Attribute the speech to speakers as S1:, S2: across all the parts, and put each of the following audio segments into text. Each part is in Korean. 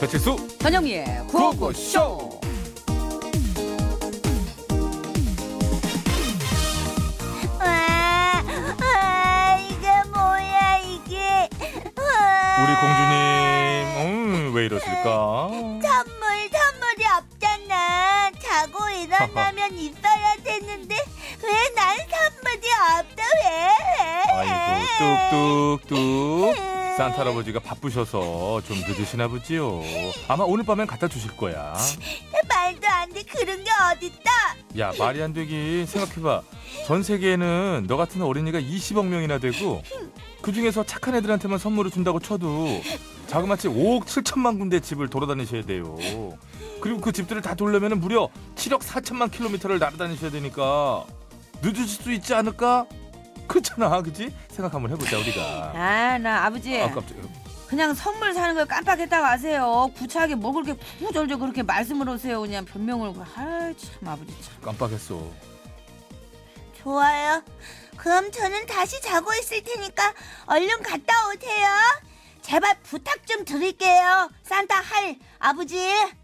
S1: 배칠수
S2: 전영미의 구호구쇼.
S3: 와, 와, 아, 이게 뭐야 이게? 아, 와,
S1: 우리 공주님 음, 왜 이러실까?
S3: 선물 선물이 없잖아. 자고 일어나면 있어야 되는데 왜 난 선물이 없다 왜?
S1: 아이고 뚝뚝뚝 산타 할아버지가 바쁘셔서 좀 늦으시나 보지요. 아마 오늘 밤엔 갖다 주실 거야.
S3: 말도 안 돼 그런 게 어딨다.
S1: 야 말이 안 되긴 생각해봐. 전 세계에는 너 같은 어린이가 20억 명이나 되고 그 중에서 착한 애들한테만 선물을 준다고 쳐도 자그마치 5억 7천만 군데 집을 돌아다니셔야 돼요. 그리고 그 집들을 다 돌려면 무려 7억 4천만 킬로미터를 날아다니셔야 되니까 늦으실 수 있지 않을까? 그렇잖아, 그지? 생각 한번 해보자 우리가.
S2: 아, 나 아버지.
S1: 아 깜짝이야.
S2: 그냥 선물 사는 걸 깜빡했다고 하세요. 구차하게 뭘 그렇게 구구절절 그렇게 말씀을 하세요. 그냥 변명을. 아, 참 아버지 참.
S1: 깜빡했어.
S3: 좋아요. 그럼 저는 다시 자고 있을 테니까 얼른 갔다 오세요. 제발 부탁 좀 드릴게요. 산타 할 아버지. 예?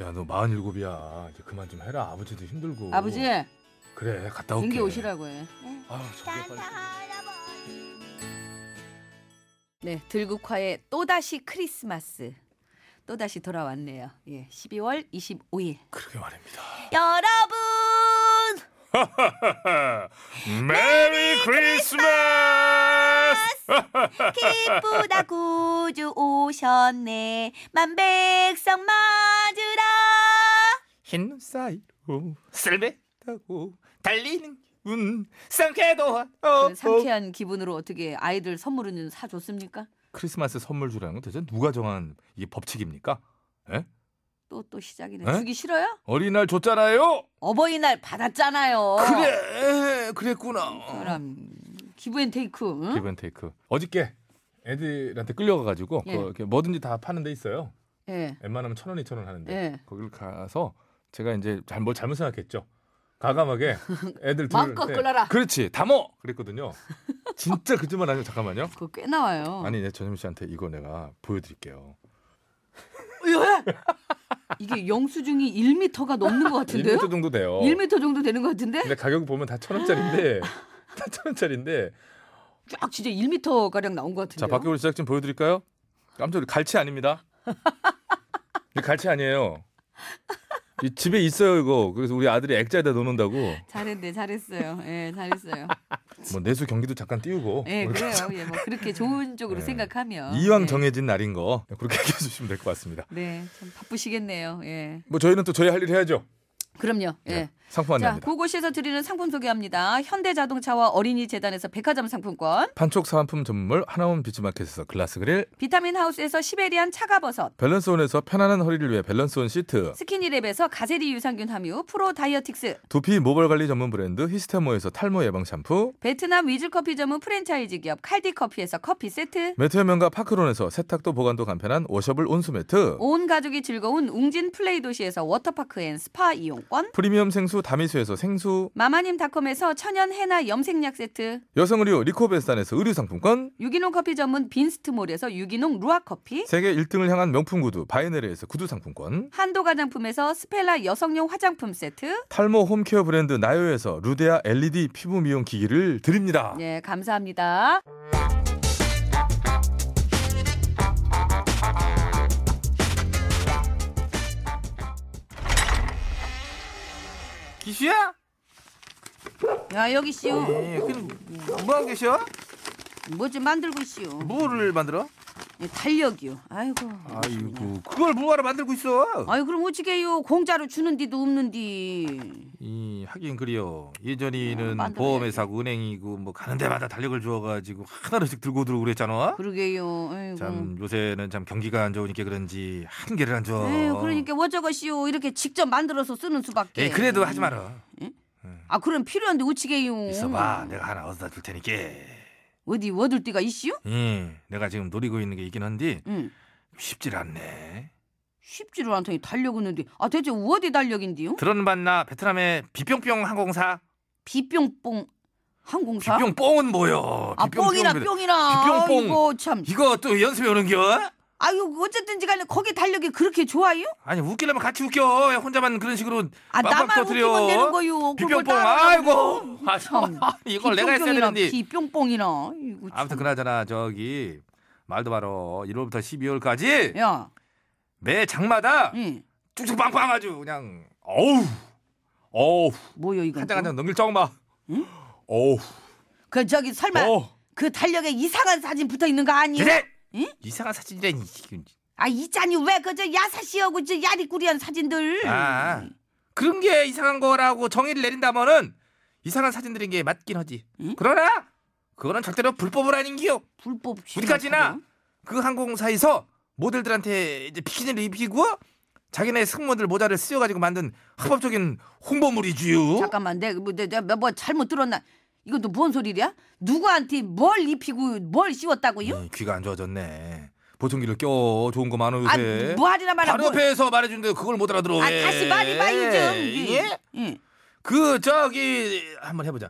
S1: 야 너 47이야. 이제 그만 좀 해라. 아버지도 힘들고.
S2: 아버지,
S1: 그래 갔다 올게.
S2: 댕기 오시라고 해.
S3: 예.
S1: 아유, 저게 빨리.
S3: 산타 할아버지.
S2: 네, 들국화의 또다시 크리스마스. 또다시 돌아왔네요. 예, 12월 25일.
S1: 그러게 말입니다.
S3: 여러분
S1: 메리 크리스마스!
S3: 기쁘다 구주 오셨네 만백성 맞으라
S1: 흰 사이로 쓸배타고 달리는 운 상쾌도
S2: 그 상쾌한 기분으로 어떻게 아이들 선물은 사줬습니까?
S1: 크리스마스 선물 주라는 건 대체 누가 정한 이게 법칙입니까? 에?
S2: 또 또 시작이네.
S1: 에?
S2: 주기 싫어요?
S1: 어린이날 줬잖아요.
S2: 어버이날 받았잖아요.
S1: 그래 그랬구나.
S2: 사람 기브앤테이크. 응?
S1: 기브앤테이크 어저께 애들한테 끌려가가지고
S2: 예.
S1: 그 이렇게 뭐든지 다 파는 데 있어요.
S2: 예.
S1: 웬만하면 천 원, 이천 원 하는데
S2: 예.
S1: 거기를 가서 제가 이제 잘뭐 잘못 생각했죠. 가감하게 애들 둘
S2: 마음껏
S1: 네.
S2: 골라라.
S1: 그렇지, 담어 그랬거든요. 진짜 그짓말 하죠. 잠깐만요.
S2: 그거 꽤 나와요.
S1: 아니, 내 전현미 씨한테 이거 내가 보여드릴게요.
S2: 어, 예? 이게 영수증이 1m가 넘는 것 같은데요?
S1: 1m 정도 돼요.
S2: 1m 정도 되는 것 같은데?
S1: 근데 가격 보면 다 천 원짜리인데, 다천 원짜리인데.
S2: 쫙 진짜 1m 가량 나온 것
S1: 자,
S2: 같은데요?
S1: 박경훈 제작진 보여드릴까요? 깜짝 놀 갈치 아닙니다. 근데 갈치 아니에요. 이 집에 있어요 이거. 그래서 우리 아들이 액자에다 넣는다고.
S2: 잘했네, 잘했어요. 예, 잘했어요.
S1: 뭐 내수 경기도 잠깐 띄우고.
S2: 예,
S1: 뭐 이렇게
S2: 그래요. 예, 뭐 그렇게 좋은 쪽으로
S1: 예.
S2: 생각하면
S1: 이왕
S2: 예.
S1: 정해진 날인 거 그렇게 얘기해 주시면 될 것 같습니다.
S2: 네, 참 바쁘시겠네요. 예,
S1: 뭐 저희는 또 저희 할 일 해야죠.
S2: 그럼요. 예.
S1: 네, 상품
S2: 자,
S1: 안내합니다.
S2: 고고시에서 드리는 상품 소개합니다. 현대자동차와 어린이재단에서 백화점 상품권,
S1: 판촉 사은품 전문물 하나원 비즈마켓에서 글라스 그릴,
S2: 비타민 하우스에서 시베리안 차가버섯,
S1: 밸런스온에서 편안한 허리를 위해 밸런스온 시트,
S2: 스키니랩에서 가세리 유산균 함유, 프로 다이어틱스,
S1: 두피 모발 관리 전문 브랜드 히스테모에서 탈모 예방 샴푸,
S2: 베트남 위즈커피 전문 프랜차이즈 기업 칼디커피에서 커피 세트,
S1: 매트의 명가 파크론에서 세탁도 보관도 간편한 워셔블 온수 매트,
S2: 온 가족이 즐거운 웅진 플레이 도시에서 워터파크 앤 스파 이용권,
S1: 프리미엄 생수 다미수에서 생수,
S2: 마마님닷컴에서 천연 해나 염색약 세트,
S1: 여성 의류 리코베스탄에서 의류 상품권,
S2: 유기농 커피 전문 빈스트몰에서 유기농 루아 커피,
S1: 세계 1등을 향한 명품 구두 바이네르에서 구두 상품권,
S2: 한도 가장품에서 스펠라 여성용 화장품 세트.
S1: 탈모 홈케어 브랜드 나요에서 루데아 LED 피부 미용 기기를 드립니다.
S2: 네, 감사합니다.
S4: 기슈야?
S2: 야, 여기 씨요.
S4: 예, 그럼 뭐하고 계셔?
S2: 뭐 좀 만들고 씨요.
S4: 뭐를 만들어?
S2: 예, 달력이요. 아이고.
S4: 아이고, 그걸 뭐하러 만들고 있어?
S2: 아이 그럼 어찌게요? 공짜로 주는 데도 없는디.
S4: 이 하긴 그래요. 예전에는
S2: 아, 만들어야지.
S4: 보험회사고 은행이고 뭐 가는 데마다 달력을 주워가지고 하나씩 들고 들고 그랬잖아.
S2: 그러게요. 아이고.
S4: 참 요새는 참 경기가 안 좋으니까 그런지 한 개를 안 줘.
S2: 에휴, 그러니까 어쩌고시오 이렇게 직접 만들어서 쓰는 수밖에.
S4: 에이, 예, 그래도 하지 마라.
S2: 아 그럼 필요한데 어찌게요?
S4: 있어봐, 네. 내가 하나 얻어다 줄 테니까.
S2: 어디 얻을 데가 있시오?
S4: 예, 내가 지금 노리고 있는 게 있긴 한데
S2: 응.
S4: 쉽질 않네.
S2: 쉽지를 않더니 달력 있는데 아 대체 어디 달력인데요?
S4: 들어는 봤나? 베트남의 비뿅뿅
S2: 아?
S4: 항공사.
S2: 비뿅뽕 항공사?
S4: 비뿅뽕은 뭐요?
S2: 아 뽕이나
S4: 비뿅뿅은
S2: 뿅이나
S4: 비뿅뽕.
S2: 이거 참
S4: 이거 또 연습해 오는겨?
S2: 아유 그 어쨌든지 간에 거기 달력이 그렇게 좋아요?
S4: 아니 웃기려면 같이 웃겨. 왜 혼자만 그런 식으로
S2: 아
S4: 빵빵
S2: 나만
S4: 터뜨려.
S2: 웃기면 되는 거요.
S4: 비뿅뽕. 아이고. 아,
S2: 참.
S4: 이걸 내가 했어야 되는데.
S2: 비뿅뽕이나. 이거 참.
S4: 아무튼 그나저나 저기 말도 바로 1월부터 12월까지
S2: 야,
S4: 매 장마다
S2: 응.
S4: 쭉쭉 빵빵 아주 그냥 어우 어우
S2: 뭐요 이거?
S4: 한장 한 장 넘길 적마 어우
S2: 그 저기 설마
S4: 어우
S2: 그 달력에 이상한 사진 붙어 있는 거 아니에요?
S4: 대체
S2: 응?
S4: 이상한 사진이라니 지금.
S2: 아 이짠이 왜 그저 야사시하고 저 야리꾸리한 사진들?
S4: 아 그런 게 이상한 거라고 정의를 내린다면은 이상한 사진들인 게 맞긴 하지
S2: 응?
S4: 그러나 그거는 절대로 불법을 아닌기요
S2: 불법.
S4: 우리까지나
S2: 시작하던.
S4: 그 항공사에서 모델들한테 이제 비키니를 입히고 자기네 승무원들 모자를 쓰여가지고 만든 합법적인 홍보물이지요.
S2: 잠깐만 내가 뭐, 내- 내가 뭐 잘못 들었나? 이거 또 뭔 소리야? 누구한테 뭘 입히고 뭘 씌웠다고요?
S4: 음, 귀가 안 좋아졌네. 보청기를 껴 좋은 거 많아 요새.
S2: 아 뭐하리나 말아.
S4: 어, 바로 옆에서 말해주는데 그걸 못 알아들어.
S2: 아
S4: 왜.
S2: 다시 말해봐 요즘.
S4: 예?
S2: 예.
S4: 그 저기 한번 해보자.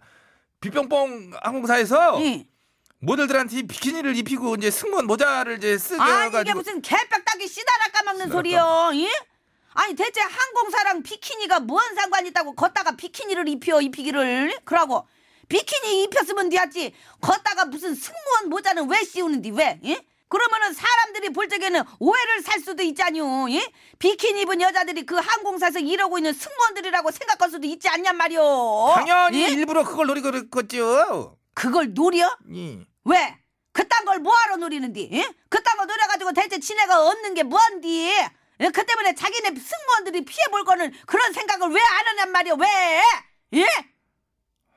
S4: 비병뽕 항공사에서
S2: 예.
S4: 모델들한테 비키니를 입히고 이제 승무원 모자를 이제 쓰게
S2: 아니 이게
S4: 해가지고
S2: 무슨 개벽 따기 씨다라 까먹는 소리요? 예? 아니 대체 항공사랑 비키니가 뭔 상관 있다고 걷다가 비키니를 입혀 입히기를 그러고 비키니 입혔으면 되었지 걷다가 무슨 승무원 모자는 왜 씌우는디 왜? 예? 그러면은 사람들이 볼 적에는 오해를 살 수도 있잖요. 예? 비키니 입은 여자들이 그 항공사에서 일하고 있는 승무원들이라고 생각할 수도 있지 않냔 말이오.
S4: 당연히
S2: 예?
S4: 일부러 그걸 노리고 그랬겠죠.
S2: 그걸 노려?
S4: 예.
S2: 왜? 그딴 걸 뭐하러 노리는디? 예? 그딴 거 노려가지고 대체 지네가 얻는 게 뭔디? 예? 그 때문에 자기네 승무원들이 피해볼 거는 그런 생각을 왜 안 하냔 말이야 왜? 예?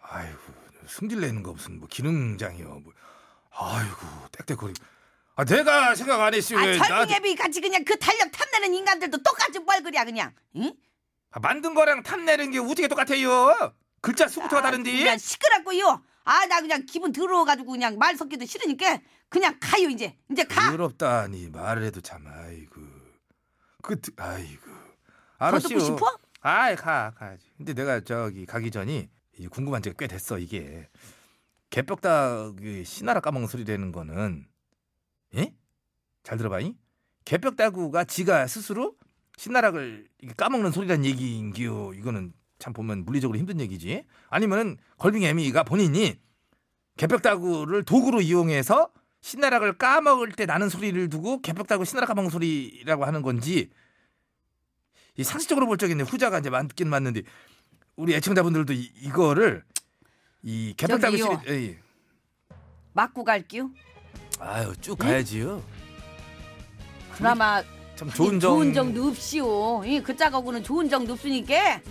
S4: 아이고 승질 내는 거 무슨 뭐 기능장이요. 뭐. 아이고 땡땡거리. 아 내가 생각 안 했어요.
S2: 아
S4: 왜 나한테-
S2: 절빙애비 같이 그냥 그 달력 탐내는 인간들도 똑같이 뻘그리야 그냥 응?
S4: 아, 만든 거랑 탐내는 게 우지게 똑같아요. 글자 수부터가 다른데.
S2: 그냥 시끄럽고요 아 나 그냥 기분 더러워가지고 그냥 말 섞기도 싫으니까 그냥 가요 이제 이제 가
S4: 더럽다니 말을 해도 참 아이고. 그 드- 아이고.
S2: 더 듣고 싶어?
S4: 아이 가 가야지. 근데 내가 저기 가기 전이 이제 궁금한 지가 꽤 됐어 이게. 개벽닭이 씨나라 까먹는 소리라는 거는 예? 잘 들어봐이. 개벽다구가 지가 스스로 신나락을 이게 까먹는 소리란 얘기인기요. 이거는 참 보면 물리적으로 힘든 얘기지. 아니면은 걸빙 애미가 본인이 개벽다구를 도구로 이용해서 신나락을 까먹을 때 나는 소리를 두고 개벽다구 신나락 까먹는 소리라고 하는 건지 이 상식적으로 볼 적에는 후자가 이제 맞긴 맞는데 우리 애청자분들도 이, 이거를 이 개벽다구
S2: 저기요.
S4: 시리- 에이.
S2: 맞고 갈게요
S4: 아유 쭉 가야지요.
S2: 그나마
S4: 참
S2: 음, 좋은,
S4: 좋은 정
S2: 정도 없시오 예, 그 짝하고는 좋은 정도 없으니까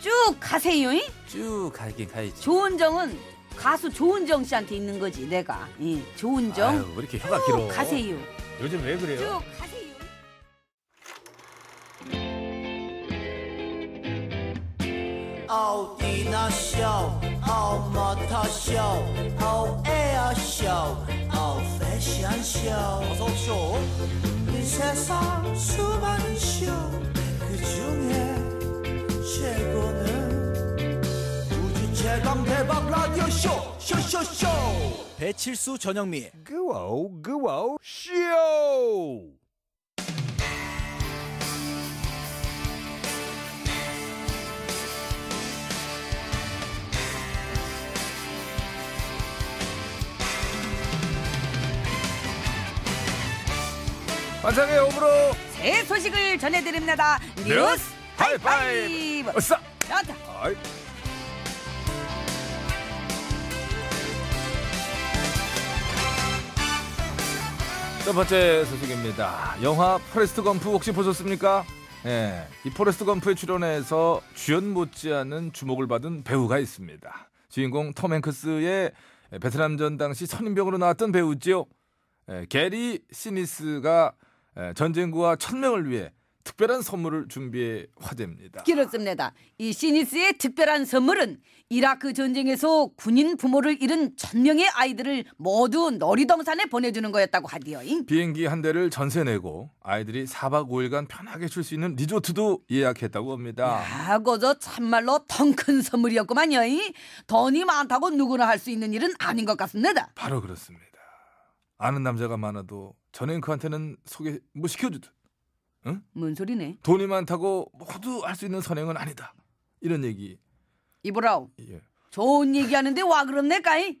S2: 쭉 가세요 잉?
S4: 쭉 가긴 가야지.
S2: 조은정은 가수 조은정 씨한테 있는 거지 내가 예, 조은정
S4: 아유, 왜 이렇게 혀가 길어?
S2: 쭉 가세요
S1: 요즘 왜 그래요?
S2: 쭉 가세요
S5: Oh dinner show, oh motor show, oh air show, oh fashion show. 어서 오쇼. 이 세상 수많은 쇼, 그 중에 최고는 우주 최강 대박 라디오 쇼, 쇼쇼쇼. 배칠수 전영미.
S4: 그와우 그와우 쇼. 환상의 오브로
S2: 새 소식을 전해드립니다 뉴스 하이파이브
S4: 어싸.
S2: 여타.
S4: 아이. 첫 번째 소식입니다. 영화 아, 포레스트 검프 혹시 보셨습니까? 예, 이 포레스트 검프에 출연해서 주연 못지않은 주목을 받은 배우가 있습니다. 주인공 톰 행크스의 베트남 전 당시 선임병으로 나왔던 배우지요. 예, 게리 시니스가 예, 전쟁과 천명을 위해 특별한 선물을 준비해 화제입니다.
S2: 그렇습니다. 이 시니스의 특별한 선물은 이라크 전쟁에서 군인 부모를 잃은 천 명의 아이들을 모두 놀이동산에 보내주는 거였다고 하디요. 잉?
S4: 비행기 한 대를 전세 내고 아이들이 4박 5일간 편하게 쉴 수 있는 리조트도 예약했다고 합니다.
S2: 아, 거저 참말로 텅 큰 선물이었구만요. 잉? 돈이 많다고 누구나 할 수 있는 일은 아닌 것 같습니다.
S4: 바로 그렇습니다. 아는 남자가 많아도 전 앵커한테는 소개 뭐 시켜주듯
S2: 뭔 소리네?
S4: 돈이 많다고 모두 할 수 있는 선행은 아니다. 이런 얘기.
S2: 이보라우
S4: 예.
S2: 좋은 얘기하는데 와 그럽네까이?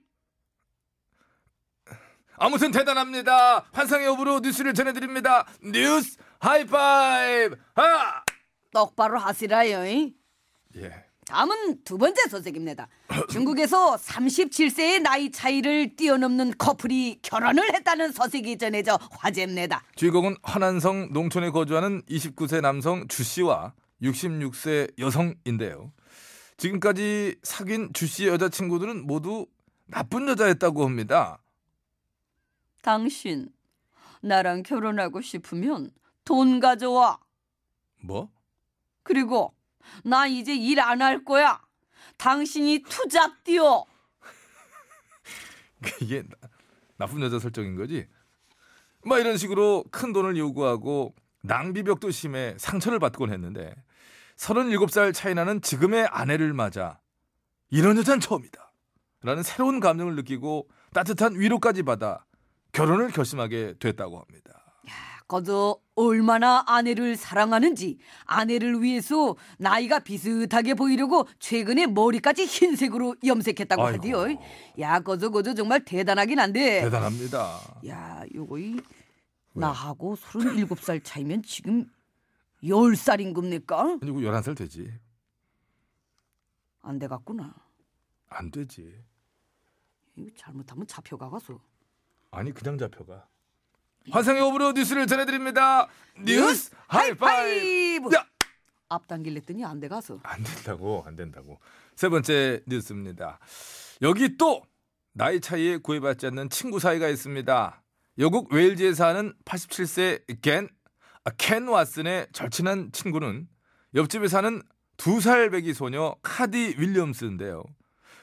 S4: 아무튼 대단합니다. 환상의 호불호 뉴스를 전해드립니다. 뉴스 하이파이브 하.
S2: 똑바로 하시라요. 이.
S4: 예.
S2: 다음은 두 번째 소식입니다. 중국에서 37세의 나이 차이를 뛰어넘는 커플이 결혼을 했다는 소식이 전해져 화제입니다.
S4: 주인공은 허난성 농촌에 거주하는 29세 남성 주 씨와 66세 여성인데요. 지금까지 사귄 주 씨의 여자친구들은 모두 나쁜 여자였다고 합니다.
S2: 당신 나랑 결혼하고 싶으면 돈 가져와.
S4: 뭐?
S2: 그리고 나 이제 일 안 할 거야. 당신이 투잡 뛰어.
S4: 이게 나- 나쁜 여자 설정인 거지? 막 이런 식으로 큰 돈을 요구하고 낭비벽도 심해 상처를 받곤 했는데 37살 차이 나는 지금의 아내를 맞아 이런 여자는 처음이다 라는 새로운 감정을 느끼고 따뜻한 위로까지 받아 결혼을 결심하게 됐다고 합니다
S2: 거저 얼마나 아내를 사랑하는지 아내를 위해서 나이가 비슷하게 보이려고 최근에 머리까지 흰색으로 염색했다고
S4: 아이고.
S2: 하디요. 야 거저 거저 정말 대단하긴 한데.
S4: 대단합니다
S2: 야 요거 이 나하고 37살 차이면 지금 10살인 겁니까?
S4: 그리고 11살 되지
S2: 안 돼갔구나.
S4: 안 되지
S2: 이거 잘못하면 잡혀가가서.
S4: 아니 그냥 잡혀가 환상의 오브로 뉴스를 전해드립니다 뉴스 하이파이브 야!
S2: 앞당길랬더니 안 돼가서.
S4: 안 된다고 안 된다고 세 번째 뉴스입니다 여기 또 나이 차이에 구애받지 않는 친구 사이가 있습니다 영국 웨일즈에 사는 87세 겐, 아, 켄 왓슨의 절친한 친구는 옆집에 사는 두 살 배기 소녀 카디 윌리엄스인데요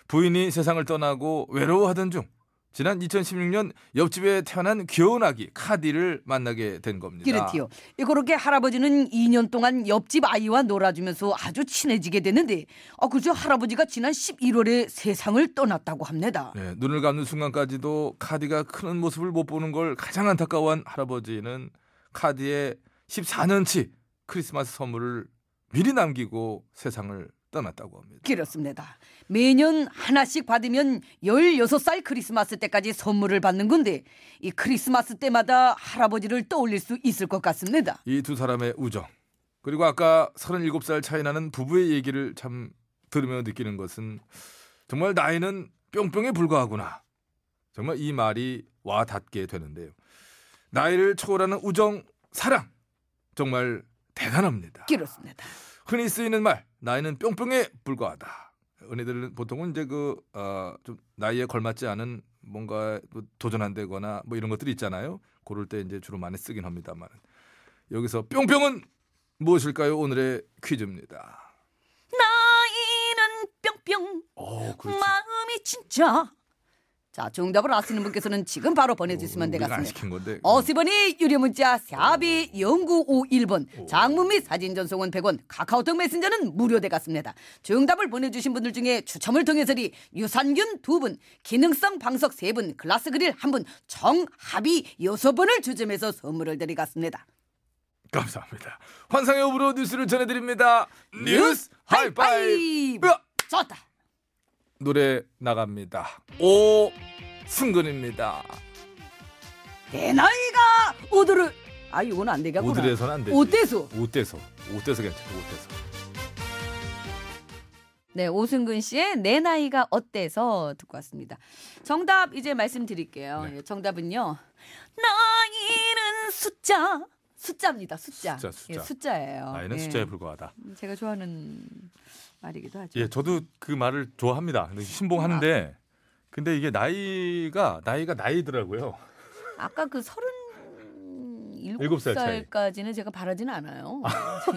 S4: 부인이 세상을 떠나고 외로워하던 중 지난 2016년 옆집에 태어난 귀여운 아기 카디를 만나게 된 겁니다
S2: 그렇지요. 이렇게 할아버지는 2년 동안 옆집 아이와 놀아주면서 아주 친해지게 되는데, 아 그저 할아버지가 지난 11월에 세상을 떠났다고 합니다.
S4: 네, 눈을 감는 순간까지도 카디가 크는 모습을 못 보는 걸 가장 안타까워한 할아버지는 카디의 14년치 크리스마스 선물을 미리 남기고 세상을 떠났다고 합니다.
S2: 그렇습니다. 매년 하나씩 받으면 16살 크리스마스 때까지 선물을 받는 건데 이 크리스마스 때마다 할아버지를 떠올릴 수 있을 것 같습니다.
S4: 이 두 사람의 우정 그리고 아까 37살 차이 나는 부부의 얘기를 참 들으며 느끼는 것은 정말 나이는 뿅뿅에 불과하구나. 정말 이 말이 와 닿게 되는데요. 나이를 초월하는 우정, 사랑 정말 대단합니다.
S2: 그렇습니다.
S4: 흔히 쓰이는 말 나이는 뿅뿅에 불과하다. 은혜들은 보통은 이제 그 어, 좀 나이에 걸맞지 않은 뭔가 뭐 도전 안 되거나 뭐 이런 것들이 있잖아요. 그럴 때 이제 주로 많이 쓰긴 합니다만 여기서 뿅뿅은 무엇일까요? 오늘의 퀴즈입니다.
S2: 나이는 뿅뿅
S4: 어, 그렇지.
S2: 마음이 진짜 자 정답을 아시는 분께서는 지금 바로 보내주시면
S4: 어, 우리가 안
S2: 되겠습니다.
S4: 시킨 건데.
S2: 어시번이 유료문자 샵이 0951번 장문 및 사진 전송은 100원 카카오톡 메신저는 무료되겠습니다. 정답을 보내주신 분들 중에 추첨을 통해서리 유산균 2분 기능성 방석 3분 글라스 그릴 1분 정합이 6분을 추첨해서 선물을 드리겠습니다.
S4: 감사합니다. 환상의 오브로 뉴스를 전해드립니다. 뉴스 하이파이브.
S2: 하이파이브! 좋다.
S4: 노래 나갑니다. 오 승근입니다.
S2: 내 나이가 오드르 아 이건 안 되겠구나.
S4: 오드레선 안 되지.
S2: 오대수.
S4: 오대서 오대서 괜찮아 오대서.
S1: 네, 오승근 씨의 내 나이가 어때서 듣고 왔습니다. 정답 이제 말씀드릴게요.
S4: 네.
S1: 예, 정답은요. 나이는 숫자. 숫자입니다. 숫자.
S4: 숫자, 숫자.
S1: 예, 숫자예요.
S4: 나이는
S1: 예.
S4: 숫자에 불과하다.
S1: 음, 제가 좋아하는 말이기도 하죠.
S4: 예, 저도 그 말을 좋아합니다. 근데 신봉하는데 근데 이게 나이가 나이가 나이더라고요.
S1: 아까 그 서른 일곱
S4: 일곱 살 차이.
S1: 살까지는 제가 바라진 않아요.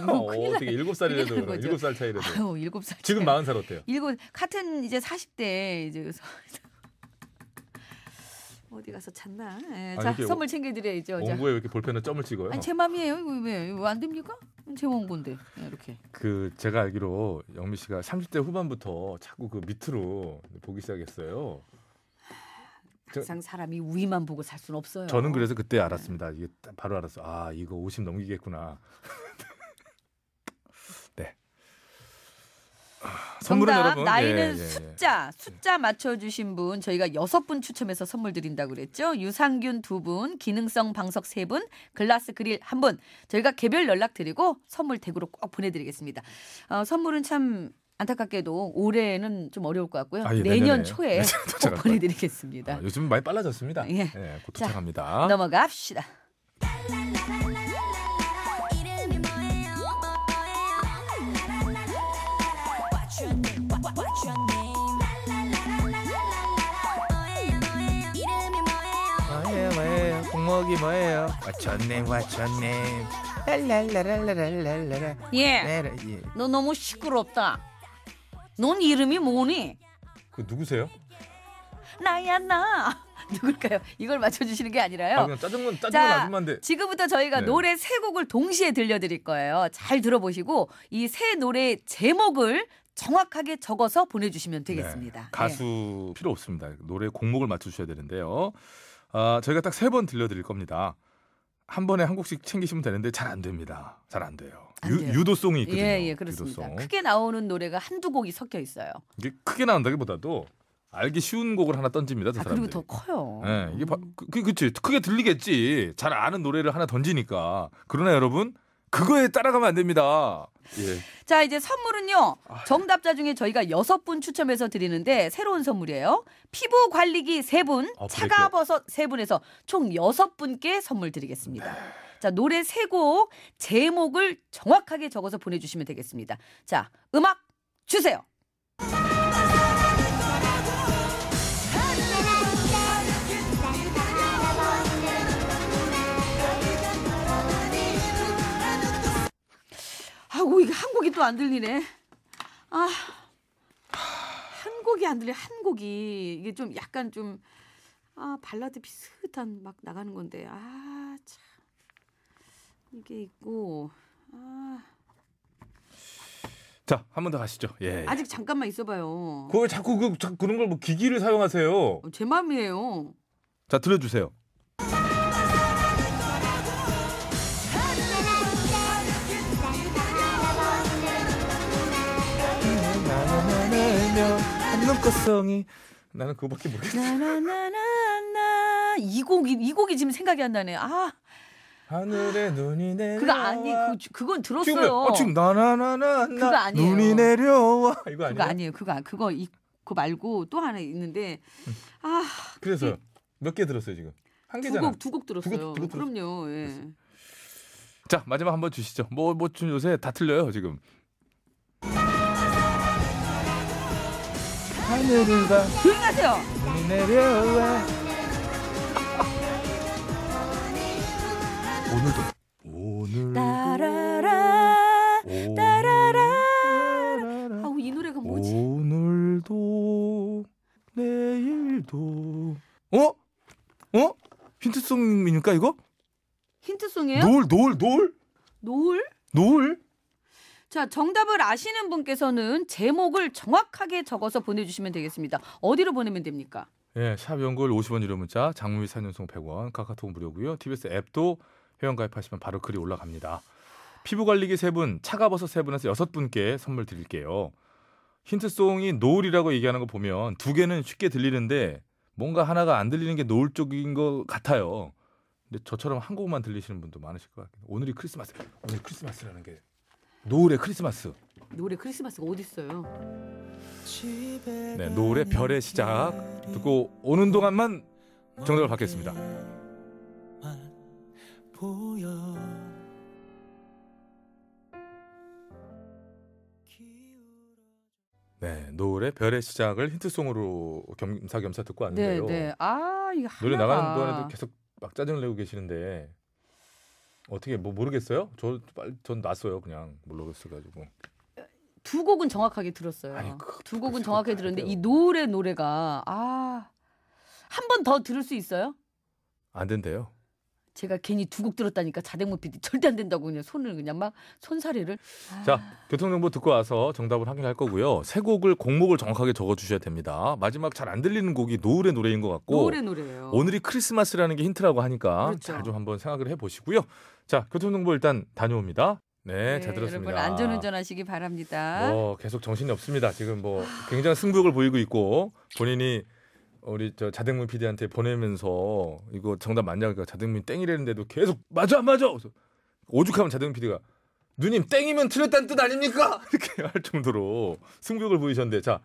S4: 어, 어떻게 일곱 살이라도
S1: 큰일 날
S4: 그래.
S1: 거죠.
S4: 일곱 살 차이라도.
S1: 아유, 일곱 살.
S4: 지금
S1: 차이.
S4: 마흔 살 어때요?
S1: 일곱 같은 이제 40대 이제 그 서- 어디 가서 잤나? 예,
S4: 아니,
S1: 자
S4: 이게
S1: 선물 챙겨드려야죠. 자.
S4: 원고에 왜 이렇게 볼펜에 점을 찍어요?
S1: 아니 제 맘이에요. 이거 왜 안 됩니까? 제 원고인데
S2: 네,
S1: 예, 이렇게.
S4: 그 제가 알기로 영미
S2: 어.
S4: 씨가 30대 후반부터 자꾸 그 밑으로 보기 시작했어요.
S1: 저-
S2: 항상 사람이 위만 보고 살 수는 없어요.
S1: 저는 그래서 그때 알았습니다. 이게 딱 바로 알았어. 아 이거 50 넘기겠구나. 네. 아, 선물은
S2: 정답,
S1: 여러분
S2: 나이는
S1: 예, 예, 예.
S2: 숫자 숫자 맞춰주신 분 저희가 여섯 분 추첨해서 선물 드린다고 그랬죠 유산균 두분 기능성 방석 세분 글라스 그릴 한 분 저희가 개별 연락 드리고 선물 댁으로 꼭 보내드리겠습니다 어, 선물은 참 안타깝게도 올해는 좀 어려울 것 같고요
S1: 아, 예,
S2: 내년
S1: 내년에.
S2: 초에
S1: 내년에
S2: 꼭
S1: 도착할
S2: 보내드리겠습니다
S1: 아, 예. 요즘 많이 빨라졌습니다.
S2: 예.
S1: 예, 곧
S2: 자,
S1: 도착합니다.
S2: 넘어갑시다
S3: 뭐예요 뭐예요 공목이 뭐예요 What's your name What's your name 랄랄랄랄랄랄랄라
S2: 예너
S3: 네, 예.
S2: 너무 시끄럽다 넌 이름이 뭐니
S1: 그 누구세요?
S2: 나야 나 누굴까요 이걸 맞춰주시는 게 아니라요
S1: 아 그냥 짜증난 짜증난
S2: 어. 자,
S1: 아줌마인데
S2: 지금부터 저희가
S1: 네.
S2: 노래 세 곡을 동시에 들려드릴 거예요. 잘 들어보시고 이 세 노래 제목을 정확하게 적어서 보내주시면 되겠습니다.
S1: 네,
S2: 네.
S1: 가수 필요 없습니다. 노래 곡목을 맞추셔야 되는데요. 아, 저희가 딱 세 번 들려드릴 겁니다. 한 번에 한 곡씩 챙기시면 되는데 잘 안 됩니다. 잘 안 돼요.
S2: 안 돼요.
S1: 유, 도송이 있거든요.
S2: 예, 예, 그렇습니다.
S1: 유도송.
S2: 크게 나오는 노래가 한두 곡이 섞여 있어요.
S1: 이게 크게 나온다기보다도 알기 쉬운 곡을 하나 던집니다. 저
S2: 아, 그리고
S1: 사람들이.
S2: 더 커요.
S1: 예, 이게 바, 그, 그- 그치 크게 들리겠지. 잘 아는 노래를 하나 던지니까. 그러나 여러분 그거에 따라가면 안 됩니다. 예.
S2: 자, 이제 선물은요. 정답자 중에 저희가 여섯 분 추첨해서 드리는데 새로운 선물이에요. 피부 관리기 세 분,
S1: 어,
S2: 차가버섯 세 분에서 총 여섯 분께 선물 드리겠습니다. 자, 노래 세 곡 제목을 정확하게 적어서 보내 주시면 되겠습니다. 자, 음악 주세요. 아우, 이게 한 곡이 또 안 들리네. 아. 한 곡이 안 들려. 한 곡이 이게 좀 약간 좀 아, 발라드 비슷한 막 나가는 건데. 아, 참. 이게 있고. 아,
S1: 자, 한 번 더 가시죠. 예.
S2: 아직 잠깐만 있어 봐요.
S1: 그걸 자꾸 그 자- 그런 걸 뭐 기기를 사용하세요.
S2: 어, 제 마음이에요.
S1: 자, 들려 주세요.
S3: 한눈꽃송이
S1: 나는 그거밖에 모르겠어.
S2: 나나나나나 이 곡이 이 곡이 지금 생각이 안 나네. 아,
S1: 하늘에 눈이 내려.
S2: 그거 아니 그 그건 들었어요.
S1: 지금 왜? 어, 지금 나나나나
S2: 그거
S1: 나
S2: 아니에요.
S1: 눈이 내려와 이거
S2: 그거
S1: 아니에요?
S2: 아니에요. 그거 안- 그거 이, 그거 말고 또 하나 있는데 아,
S1: 그래서 몇 개 들었어요 지금 한
S2: 두
S1: 개잖아.
S2: 곡 두 곡 들었어요.
S1: 두 곡 들었어요.
S2: 그럼요. 예.
S1: 자 마지막 한번 주시죠. 뭐뭐 지 요새 다 틀려요 지금.
S3: 하늘을 봐
S2: 조용히 하세요.
S3: 눈이 내려와
S1: 오늘도 오늘
S2: 따라라 따라라
S1: 오늘
S2: 아우 이 노래가 뭐지?
S1: 오늘도 내일도 어? 어? 힌트송입니까 이거?
S2: 힌트송이에요?
S1: 노을 노을 노을
S2: 노을?
S1: 노을
S2: 자, 정답을 아시는 분께서는 제목을 정확하게 적어서 보내주시면 되겠습니다. 어디로 보내면 됩니까?
S1: 예, 샵 연골 50원 유료 문자, 장미 산연송 100원, 카카오톡 무료고요. TBS 앱도 회원 가입하시면 바로 글이 올라갑니다. 피부 관리기 세 분, 차가버섯 세 분에서 여섯 분께 선물 드릴게요. 힌트송이 노을이라고 얘기하는 거 보면 두 개는 쉽게 들리는데 뭔가 하나가 안 들리는 게 노을 쪽인 것 같아요. 근데 저처럼 한 곡만 들리시는 분도 많으실 것 같아요. 오늘이 크리스마스. 오늘 크리스마스라는 게 노을의 크리스마스.
S2: 노래 크리스마스가 어디 있어요?
S1: 네, 노을의 별의 시작 듣고 오는 동안만 정답을 받겠습니다. 네, 노을의 별의 시작을 힌트송으로 겸사겸사 듣고
S2: 네,
S1: 왔는데요.
S2: 네. 아, 이거 하나가
S1: 노래 나가는 동안에도 계속 막 짜증을 내고 계시는데 어떻게 뭐 모르겠어요? 저 빨- 전 났어요 그냥 모르겠어 가지고.
S2: 두 곡은 정확하게 들었어요.
S1: 아니, 그-
S2: 두 곡은
S1: 그거
S2: 정확하게
S1: 가야
S2: 들었는데
S1: 돼요.
S2: 이 노래 노래가 아. 한 번 더 들을 수 있어요?
S1: 안 된대요.
S2: 제가 괜히 두 곡 들었다니까 자댕문 PD 절대 안 된다고 그냥 손을 그냥 막 손사래를
S1: 자, 교통정보 듣고 와서 정답을 확인할 거고요. 세 곡을 곡목을 정확하게 적어 주셔야 됩니다. 마지막 잘 안 들리는 곡이 노을의 노래인 것 같고
S2: 노래 노래예요.
S1: 오늘이 크리스마스라는 게 힌트라고 하니까
S2: 그렇죠.
S1: 잘 좀 한번 생각을 해 보시고요. 자, 교통정보 일단 다녀옵니다. 네, 잘 들었습니다.
S2: 여러분 안전운전하시기 바랍니다.
S1: 뭐 계속 정신이 없습니다. 지금 뭐 굉장한 승부욕을 보이고 있고 본인이 우리 저 자댕문 PD한테 보내면서 이거 정답 맞냐 그러니까 자댕문 땡이라는데도 계속 맞아 안 맞아. 그래서 오죽하면 자댕문 PD가 누님 땡이면 틀렸다는 뜻 아닙니까? 이렇게 할 정도로 승부욕을 보이셨는데 자